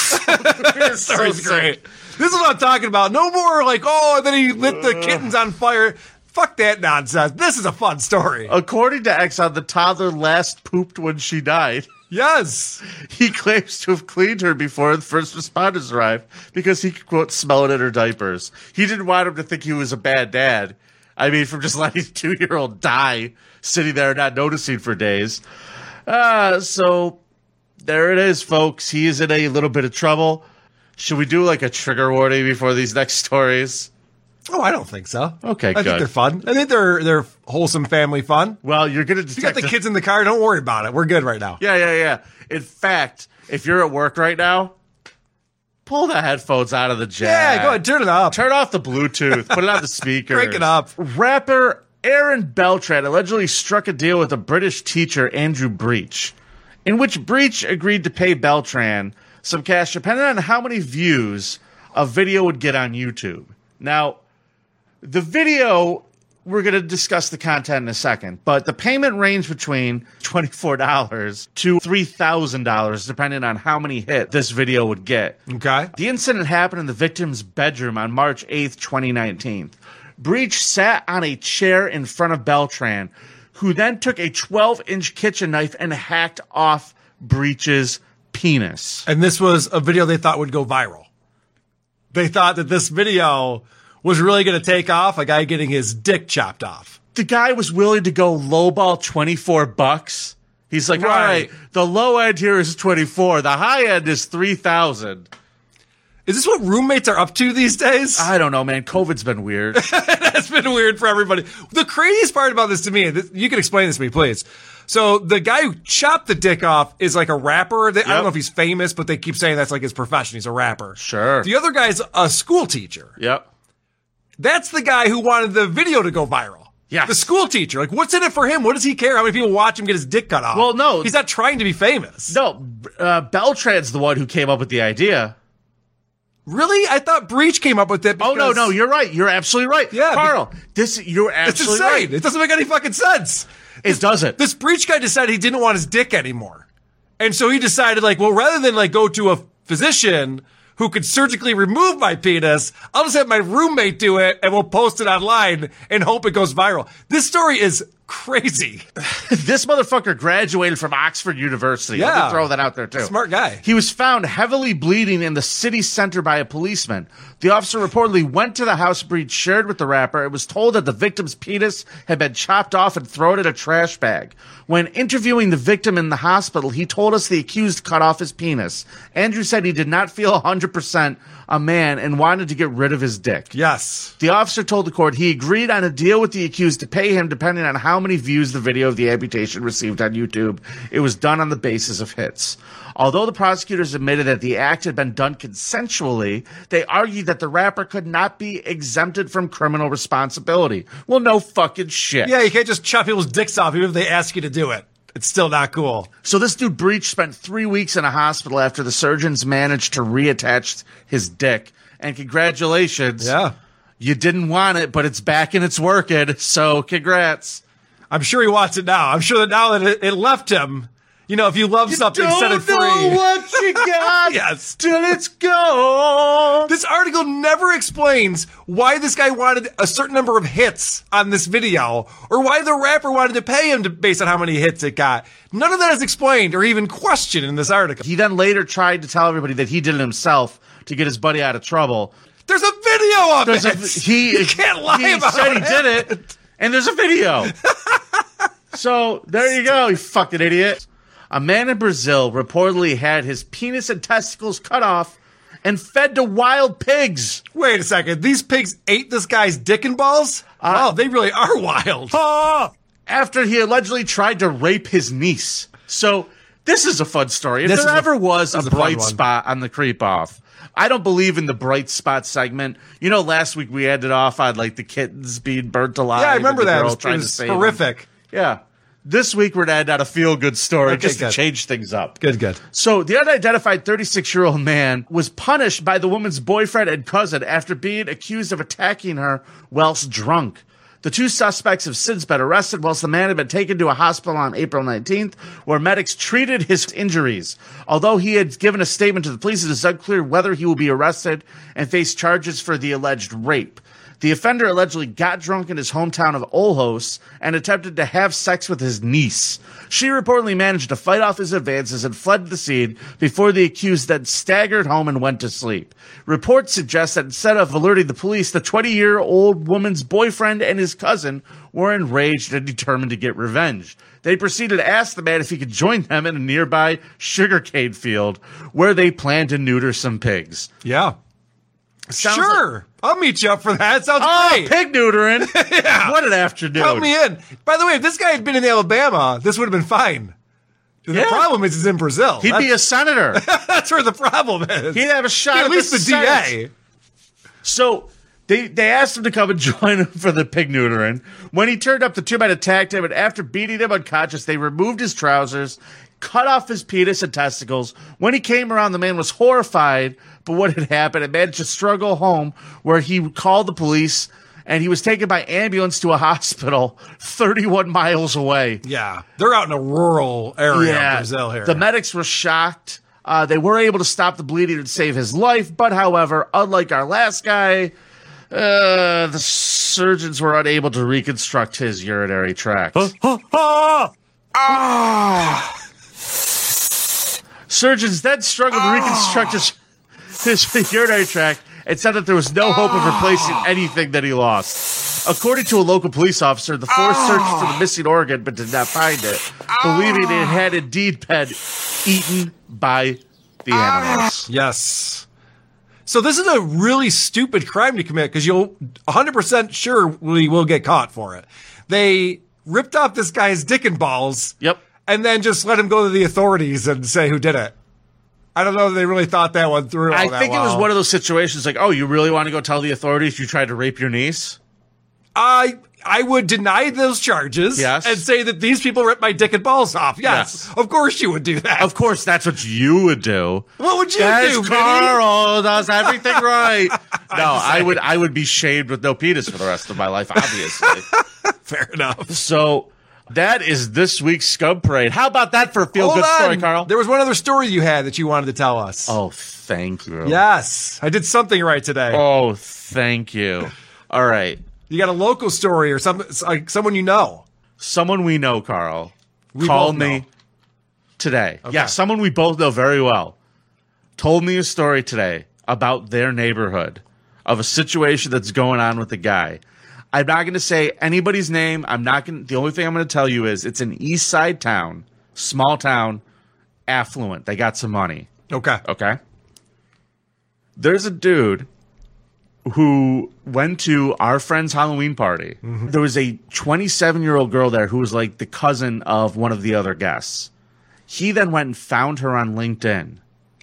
this story's
so
great. This is what I'm talking about. No more like, oh, and then he lit the kittens on fire. Fuck that nonsense. This is a fun story.
(laughs) Oh. According to Exxon, the toddler last pooped when she died.
Yes.
He claims to have cleaned her before the first responders arrived because he could, quote, smell it in her diapers. He didn't want him to think he was a bad dad. I mean, from just (laughs) letting a two year old die sitting there not noticing for days. Uh, so there it is, folks. He is in a little bit of trouble. Should we do like a trigger warning before these next stories?
Oh, I don't think so.
Okay,
I
good.
think they're fun. I think they're they're wholesome family fun.
Well, you're gonna
you got
detect
the
a-
kids in the car. Don't worry about it. We're good right now.
Yeah, yeah, yeah. In fact, if you're at work right now, pull the headphones out of the jack.
Yeah, go ahead, turn it up.
Turn off the Bluetooth. Put it (laughs) on the speaker.
Crank it up.
Rapper Aaron Beltran allegedly struck a deal with a British teacher, Andrew Breach, in which Breach agreed to pay Beltran some cash depending on how many views a video would get on YouTube. Now, the video we're going to discuss the content in a second but the payment ranged between $24 to $3000 depending on how many hit this video would get
okay
the incident happened in the victim's bedroom on march 8th 2019 breach sat on a chair in front of beltran who then took a 12 inch kitchen knife and hacked off breach's penis
And this was a video they thought would go viral. They thought that this video was really going to take off. A guy getting his dick chopped off.
the guy was willing to go lowball 24 bucks. He's like, all
Right.
right, the low end here is 24. The high end is 3,000.
Is this what roommates are up to these days?
I don't know, man. COVID's been
(laughs)
weird.
That's been weird for everybody. The craziest part about this to me, this, you can explain this to me, please. So the guy who chopped the dick off is like a rapper. They, I don't know if he's famous, but they keep saying that's like his profession. He's a rapper.
Sure.
The other guy's a school teacher.
Yep.
That's the guy who wanted the video to go viral. Yeah. The school teacher. Like, what's in it for him? What does he care? How many people watch him get his dick cut off?
Well, no.
He's not trying to be famous.
No, uh, Beltran's the one who came up with the idea.
Really? I thought Breach came up with it.
Oh no, no, you're right. You're absolutely right.
Yeah,
Carl, this you're
It's
absolutely
insane.
right.
It doesn't make any fucking sense.
It doesn't.
This breach guy decided he didn't want his dick anymore. And so he decided like, well, rather than like go to a physician who could surgically remove my penis, I'll just have my roommate do it and we'll post it online and hope it goes viral. This story is crazy.
(laughs) this motherfucker graduated from Oxford University. Let me
Yeah.
throw that out there too.
Smart guy.
He was found heavily bleeding in the city center by a policeman. The officer reportedly went to the house Breed shared with the rapper and was told that the victim's penis had been chopped off and thrown in a trash bag. When interviewing the victim in the hospital, he told us the accused cut off his penis. Andrew said he did not feel 100% a man and wanted to get rid of his dick.
(laughs) Yes.
The officer told the court he agreed on a deal with the accused to pay him depending on how many views the video of the amputation received on YouTube. It was done on the basis of hits. Although the prosecutors admitted that the act had been done consensually, they argued that the rapper could not be exempted from criminal responsibility. Well, no fucking shit.
Yeah, you can't just chop people's dicks off even if they ask you to do it. It's still not cool.
So this dude Breach spent three weeks in a hospital after the surgeons managed to reattach his dick. And congratulations.
Yeah.
You didn't want it, but it's back and it's working. So congrats.
I'm sure he wants it now. I'm sure that now that it, it left him, you know, if you love something, set it free.
what
(laughs)
you got
yes.
till it's gone.
This article never explains why this guy wanted a certain number of hits on this video or why the rapper wanted to pay him to, based on how many hits it got. None of that is explained or even questioned in this article.
He then later tried to tell everybody that he did it himself to get his buddy out of trouble.
There's a video of (laughs)
There's
it.
a- he
You can't lie
he
about
said
it.
he did it, and there's a
(laughs)
video. so there you go, you fucking idiot. A man in Brazil reportedly had his penis and testicles cut off and fed to wild pigs.
Wait a second. These pigs ate this guy's dick and balls?
Uh,
wow, they really are wild.
after he allegedly tried to rape his niece. So this is a fun story. If
This
there
is a-
ever was
this
a
is a fun
bright
one.
spot on the creep off, I don't believe in the bright spot segment. You know, last week we ended off on like the kittens being burnt alive.
Yeah, I
and
remember
the
that. It
girl
was, it
trying to
was
save them.
horrific.
Yeah. This week we're gonna end on a feel good story
Okay,
just
good.
to change things up.
Good, good.
So the unidentified 36 year old man was punished by the woman's boyfriend and cousin after being accused of attacking her whilst drunk. The two suspects have since been arrested, whilst the man had been taken to a hospital on April 19th, where medics treated his injuries. Although he had given a statement to the police, it is unclear whether he will be arrested and face charges for the alleged rape. The offender allegedly got drunk in his hometown of Olhos and attempted to have sex with his niece. She reportedly managed to fight off his advances and fled the scene before the accused then staggered home and went to sleep. Reports suggest that instead of alerting the police, the 20 year old woman's boyfriend and his cousin were enraged and determined to get revenge. They proceeded to ask the man if he could join them in a nearby sugarcane field where they planned to neuter some pigs.
Yeah. sure. I'll meet you up for that. Sounds
Oh,
great.
pig
(laughs)
neutering. What an afternoon.
Count me in. By the way, if this guy had been in Alabama, this would have been fine. The
Yeah.
problem is, he's in Brazil.
He'd be a
(laughs)
senator.
That's where the problem is.
He'd have a shot
At
at
least
the
the, DA.
Senate. So they they asked him to come and (laughs) join them for the pig neutering. When he turned up, the two men attacked him, and after beating him unconscious, they removed his trousers, cut off his penis and testicles. When he came around, the man was horrified by what had happened and managed to struggle home, where he called the police. And he was taken by ambulance to a hospital (laughs) 31 miles away.
Yeah, they're out in a rural area
Yeah.
of Brazil here.
The medics were shocked. Uh, they were able to stop the bleeding and save his life, but however, unlike our last guy, uh, the surgeons were unable to reconstruct his urinary tract.
(gasps) ah!
Surgeons then struggled to reconstruct his, his (laughs) urinary tract and said that there was no hope of replacing anything that he lost. According to a local police officer, the force searched for the missing organ but did not find it, believing it had indeed been eaten by the animals.
Yes. So this is a really stupid crime to commit because you'll 100% surely will get caught for it. They ripped off this guy's dick and balls.
Yep.
And then just let him go to the authorities and say who did it. I don't know if they really thought that one through. all
I
that
think it was
well.
one of those situations like, oh, you really want to go tell the authorities you tried to rape your niece?
I I would deny those charges
Yes.
and say that these people ripped my dick and balls off. Yes, of course you would do that.
Of course, that's what you would do.
What would you
Yes,
do, Vinny?
Carl does everything
(laughs)
right. no, I would I would be shaved with no penis for the rest of my life,
(laughs)
obviously.
(laughs) Fair enough.
So that is this week's Scum Parade. How about that for a feel
Hold
good
on.
story, Carl?
There was one other story you had that you wanted to tell us.
Oh, thank you.
Yes, I did something right today.
Oh, thank you. All right.
You got a local story or some like someone you know.
Someone we know, Carl.
We
called
both
me
know.
today. Yeah, someone we both know very well told me a story today about their neighborhood of a situation that's going on with a guy. I'm not going to say anybody's name. I'm not going. to The only thing I'm going to tell you is it's an east side town, small town, affluent. They got some money.
Okay.
Okay. There's a dude who went to our friend's Halloween party.
Mm-hmm.
There was a 27 year old girl there who was like the cousin of one of the other guests. He then went and found her on LinkedIn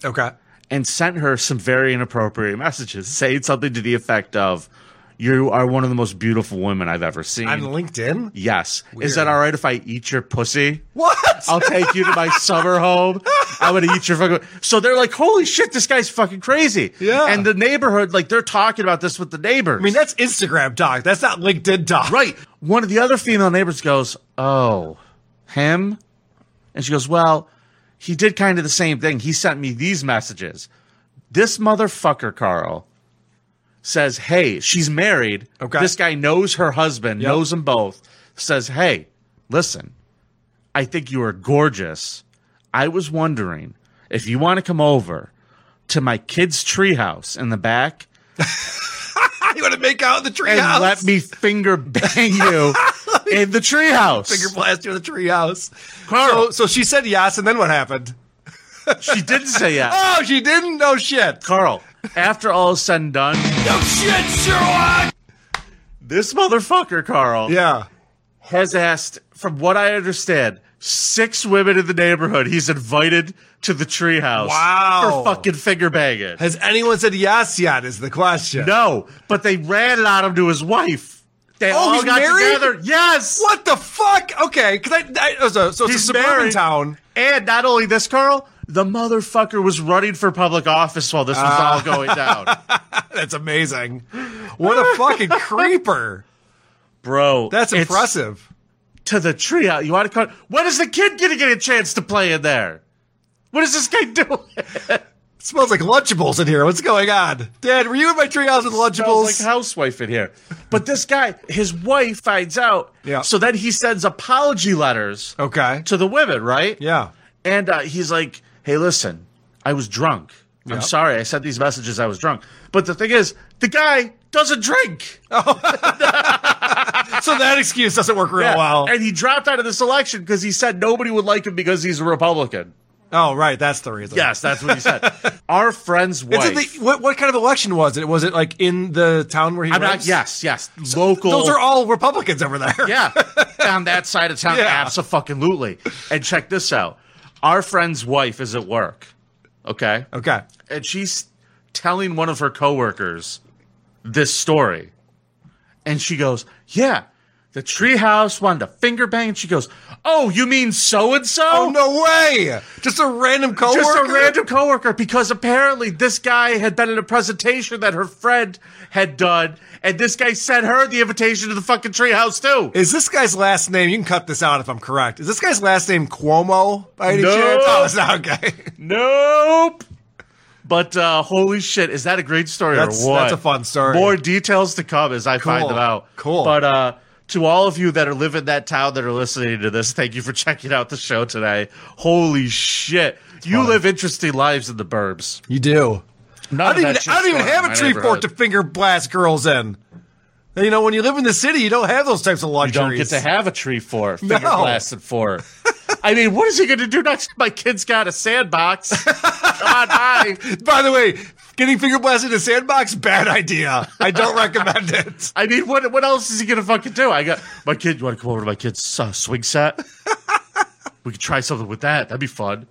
Okay.
and sent her some very inappropriate messages, (laughs) saying something to the effect of, You are one of the most beautiful women I've ever seen.
On LinkedIn?
Yes. Is
Weird.
that all right if I eat your pussy?
What?
I'll take you to my summer home. I'm gonna eat your fucking. So they're like, holy shit, this guy's fucking crazy. Yeah. And the neighborhood, like, they're talking about this with the neighbors.
I mean, that's Instagram talk. That's not LinkedIn talk.
Right. One of the other female neighbors goes, oh, him? And she goes, well, he did kind of the same thing. He sent me these messages. This motherfucker, Carl, says, hey, she's married. Okay. This guy knows her husband, knows them both. Says, hey, listen, I think you are gorgeous. I was wondering if you want to come over to my kid's treehouse in the back
(laughs) you want to make out in the
and
treehouse? (laughs)
let me finger bang you in the treehouse.
Finger blast you in the treehouse. Carl. So, so she said yes, and then what happened?
She didn't say yes.
Oh, she didn't. No
(laughs)
shit.
Carl, after all is said and done,
No shit, Sherlock.
this motherfucker, Carl,
yeah,
has asked, from what I understand, six women in the neighborhood he's invited to the treehouse.
Wow.
For fucking finger banging.
Has anyone said yes yet? Is the question.
No, but they ran it on him to his wife. They
Oh,
all
he's
got
married?
together. Yes.
What the fuck? Okay, because I, I so, so it's a
He's
suburban
married.
town.
And not only this, Carl, the motherfucker was running for public office while this was
Ah.
all going down.
(laughs) That's amazing. What
(laughs)
a fucking creeper.
Bro.
That's
it's-
impressive.
to the tree out. You want to cut? When is the kid going to get a chance to play in there? What is this guy (laughs) doing?
It smells like Lunchables in here. What's going on? Dad, were you in my treehouse with Lunchables?
Sounds like housewife in here. But this guy, his wife finds out.
Yeah.
So then he sends apology letters.
Okay.
To the women, right?
Yeah.
And uh, he's like, "Hey, listen, I was drunk. I'm
Yeah.
sorry. I sent these messages. I was drunk. But the thing is, the guy doesn't drink.
so that excuse doesn't work real
Yeah.
well.
And he dropped out of this election because he said nobody would like him because he's a Republican.
Oh, right. That's the reason.
Yes, that's what he said. (laughs) Our friend's
It's
wife.
in the, what, what kind of election was it? Was it like in the town where he
I'm not.
lives?
Yes, yes. Local.
Those are all Republicans over there.
(laughs) Yeah, on that side of town,
(laughs) Yeah.
absolutely. And check this out. Our friend's wife is at work. Okay.
(laughs) Okay.
And she's telling one of her coworkers this story. And she goes, Yeah, the treehouse wanted to finger bang. And she goes, Oh, you mean so and so?
Oh, no way. Just a random coworker?
Just a random coworker because apparently this guy had been in a presentation that her friend had done, and this guy sent her the invitation to the fucking treehouse too.
Is this guy's last name? You can cut this out if I'm correct. Is this guy's last name Cuomo by any chance? Oh, it's not okay.
Nope. But uh, holy shit, is that a great story
That's-
or what?
that's a fun story.
More details to come as I find
Cool.
them out.
Cool.
But uh, to all of you that are live in that town that are listening to this, thank you for checking out the show today. Holy shit, you live interesting lives in the burbs.
You do.
None
I
of
don't even,
that shit's
I don't even
going on
have
in
a
my
tree fort
neighborhood.
to finger blast girls in. You know, when you live in the city, you don't have those types of
You don't
luxuries.
get to have a tree fort, finger
No.
blasted for. I mean, what is he going to do next? My kid's got a sandbox. Come on by.
By the way, getting finger blasted in a sandbox, bad idea. I don't (laughs) recommend it.
I mean, what what else is he going to fucking do? I got my kid. You want to come over to my kid's uh, swing set? we could try something with that. That'd be fun.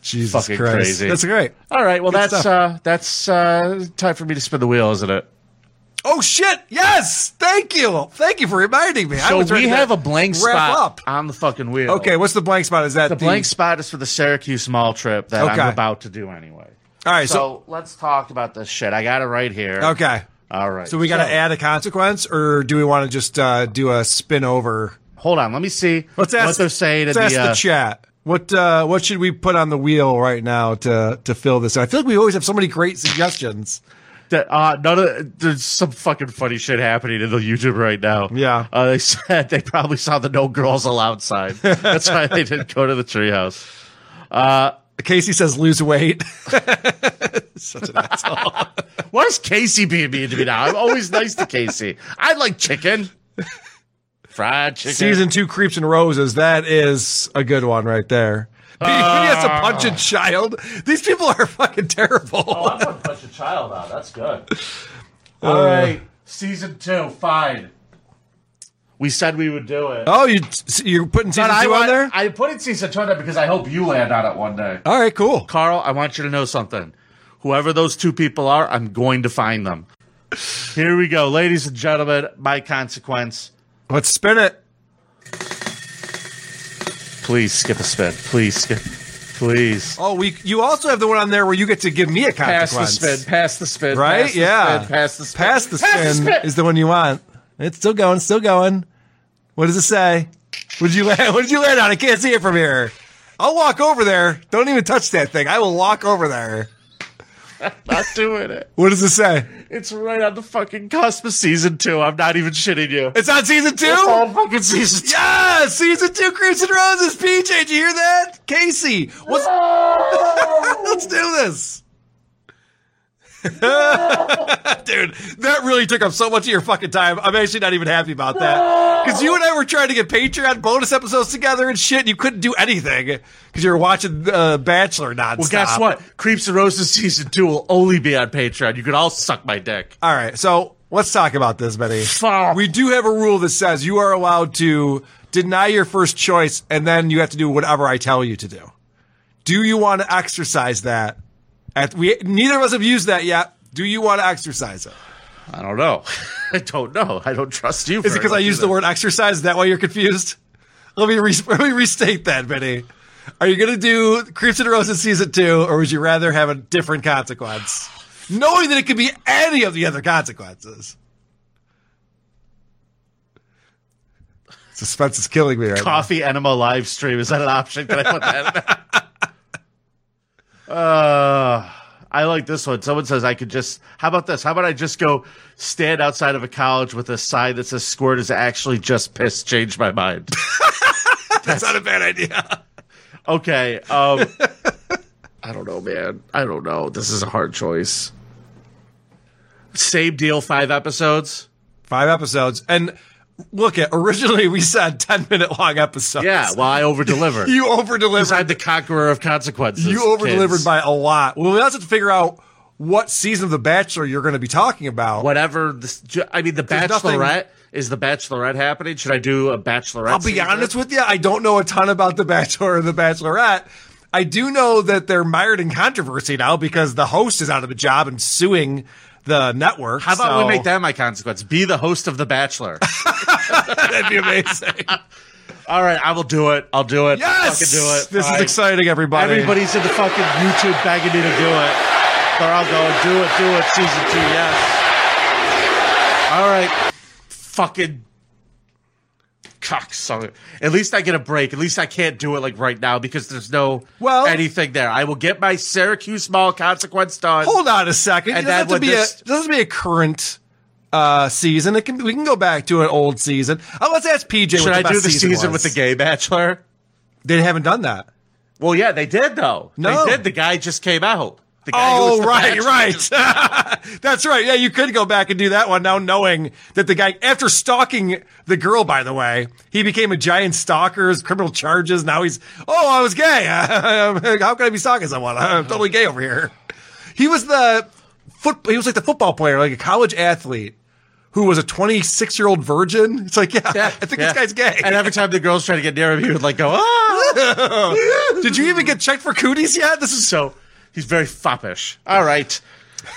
Jesus
fucking
Christ.
crazy.
That's great.
All right. Well,
Good
that's
stuff.
uh, that's uh, time for me to spin the wheel, isn't it?
Oh shit! Yes, thank you, thank you for reminding me. I
So
was ready
we
to
have a blank
wrap
spot
Up.
on the fucking wheel.
Okay, what's the blank spot? Is that
The blank spot is for the Syracuse Mall trip that
Okay.
I'm about to do anyway.
All right,
so,
so-
let's talk about this shit. I got it right here.
Okay.
All right.
So we got to add a consequence, or do we want to just uh, do a spin over?
Hold on, let me see.
Let's ask
what they're saying
Let's
in
ask
the,
the,
uh,
chat. What uh, what should we put on the wheel right now to to fill this? in? I feel like we always have so many great suggestions.
That uh, none of there's some fucking funny shit happening in the YouTube right now.
Yeah,
uh, they (laughs) said they probably saw the no girls allowed sign. That's why they didn't go to the treehouse. Uh,
Casey says lose weight. (laughs) Such an asshole.
Why is Casey being mean to me now? I'm always nice to Casey. I like chicken, fried chicken.
Season two, Creeps and Roses. That is a good one right there. (laughs) He has to punch a child. These people are fucking terrible.
Ah. Oh, I'm gonna punch a child out. That's (laughs) good. All right, season two, fine. We said we would do it.
(laughs) Oh, you you're putting season
But I
two on
want-
there?
I put in season two on there because I hope you land on it one day.
All right, cool.
Carl, I want you to know something. Whoever those two people are, I'm going to find them. Here we go, ladies and gentlemen. My consequence.
Let's spin it.
Please skip a spin. Please skip. Please.
Oh, we you also have the one on there where you get to give me a
Pass
consequence.
the spin. Pass the spin.
right?
pass the
yeah.
spin, pass the spin.
Pass the spin,
Pass the spin.
is the one you want. It's still going, still going. What does it say? What did you (laughs) land? What did you land on? I can't see it from here. I'll walk over there. Don't even touch that thing. I will walk over there.
not doing it.
What does it say?
It's right on the fucking cusp of season two. I'm not even shitting you.
It's on season two.
It's on fucking season two.
Yeah, season two, Creeps and Roses. PJ, did you hear that? Casey, what's? (laughs) Let's do this, (laughs) dude. That really took up so much of your fucking time. I'm actually not even happy about that because you and I were trying to get Patreon bonus episodes together and shit. And you couldn't do anything because you were watching uh, Bachelor nonstop.
Well, guess what? Creeps and Roses season two will only be on Patreon. You could all suck my dick.
All right, so let's talk about this, Benny.
Fuck.
We do have a rule that says you are allowed to deny your first choice, and then you have to do whatever I tell you to do. Do you want to exercise that? At we neither of us have used that yet. Do you want to exercise it?
I don't know. (laughs) I don't know. I don't trust you.
Is it because I used the word exercise? Is that why you're confused? (laughs) Let me re- let me restate that, Benny. Are you going to do Creeps and Roses season two, or would you rather have a different consequence, knowing that it could be any of the other consequences? Suspense is killing me right now.
coffee enema live stream. Is that an option? Can I put that? in there? (laughs) uh, I like this one. Someone says I could just. How about this? How about I just go stand outside of a college with a sign that says "Squirt is actually just piss." Change my mind. (laughs)
That's not a bad idea.
Okay. Um, I don't know, man. I don't know. This is a hard choice. Same deal. Five episodes.
(laughs) Five episodes, and look at originally we said ten minute long episodes.
Yeah. Well, I over deliver.
(laughs) you over delivered.
I'm the conqueror of consequences.
You over delivered
kids.
by a lot. Well, we also have to figure out what season of The Bachelor you're going to be talking about.
whatever. This, ju- I mean, the
There's
Bachelorette
nothing-
is the Bachelorette happening. Should I do a Bachelorette?
I'll be
season?
honest with you, I don't know a ton about The Bachelor or The Bachelorette. I do know that they're mired in controversy now because the host is out of a job and suing the network.
How about
so-
we make that my consequence? Be the host of The Bachelor.
(laughs) That'd be
(laughs)
amazing.
All right, I will do it. I'll do it. I
Yes!
can do it.
This is
Fine.
exciting, everybody.
Everybody's in the fucking YouTube begging me to do it. They're all going, do it, do it, season two, yes. All right, fucking cocksucker. At least I get a break. At least I can't do it like right now because there's no
Well-
anything there. I will get my Syracuse Mall consequence done.
Hold on a second.
And
it
that
doesn't have to
would
be
just-
a it doesn't have to be a current uh, season. It can we can go back to an old season. Uh, let's ask PJ.
Should
what the
I
best
do the season, with
was.
the gay bachelor?
They haven't done that.
Well, yeah, they did though.
No.
They did. The guy just came out. The guy who was
Oh,
the
right,
bachelor just-
right.
(laughs)
That's right. Yeah, you could go back and do that one now, knowing that the guy, after stalking the girl, by the way, he became a giant stalker, his criminal charges. Now he's, oh, I was gay. (laughs) How could I be stalking someone? (laughs) I'm totally gay over here. He was the foot, he was like the football player, like a college athlete who was a 26 year old virgin. It's like, yeah, I think
yeah.
this guy's gay.
And every time the girls try to get near him, he would like go,
(laughs)
ah.
Did you even get checked for (laughs) cooties yet? This is
so. He's very foppish. All right.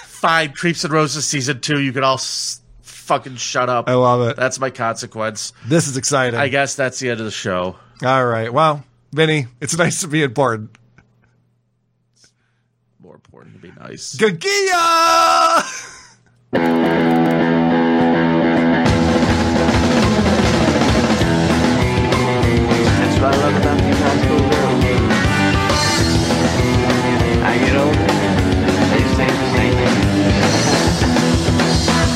Fine. Creeps and Roses season two. You can all s- fucking shut up. I
love it.
That's my consequence.
This is exciting.
I guess that's the end of the show.
All right. Well, Vinny, it's nice to be important.
More important to be nice.
Gagia!
That's what I love about you high school girls. I get older, they say the same thing.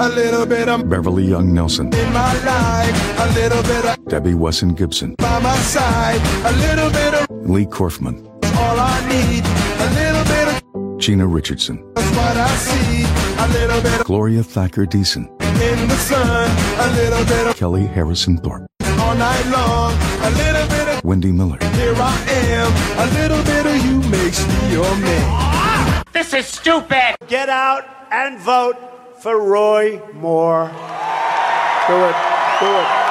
A little bit of
Beverly Young Nelson,
in my life, a little bit of
Debbie Wesson Gibson,
by my side, a little bit of
Lee Korfman,
all I need, a little bit of
Gina Richardson,
that's what I see, a little bit
Gloria Thacker Deason,
of in the sun, a little bit of
Kelly Harrison Thorpe,
all night long, a little bit of
Wendy Miller,
here I am, a little bit of you makes me your man.
This is stupid. Get out and vote for Roy Moore. Do it. Do it.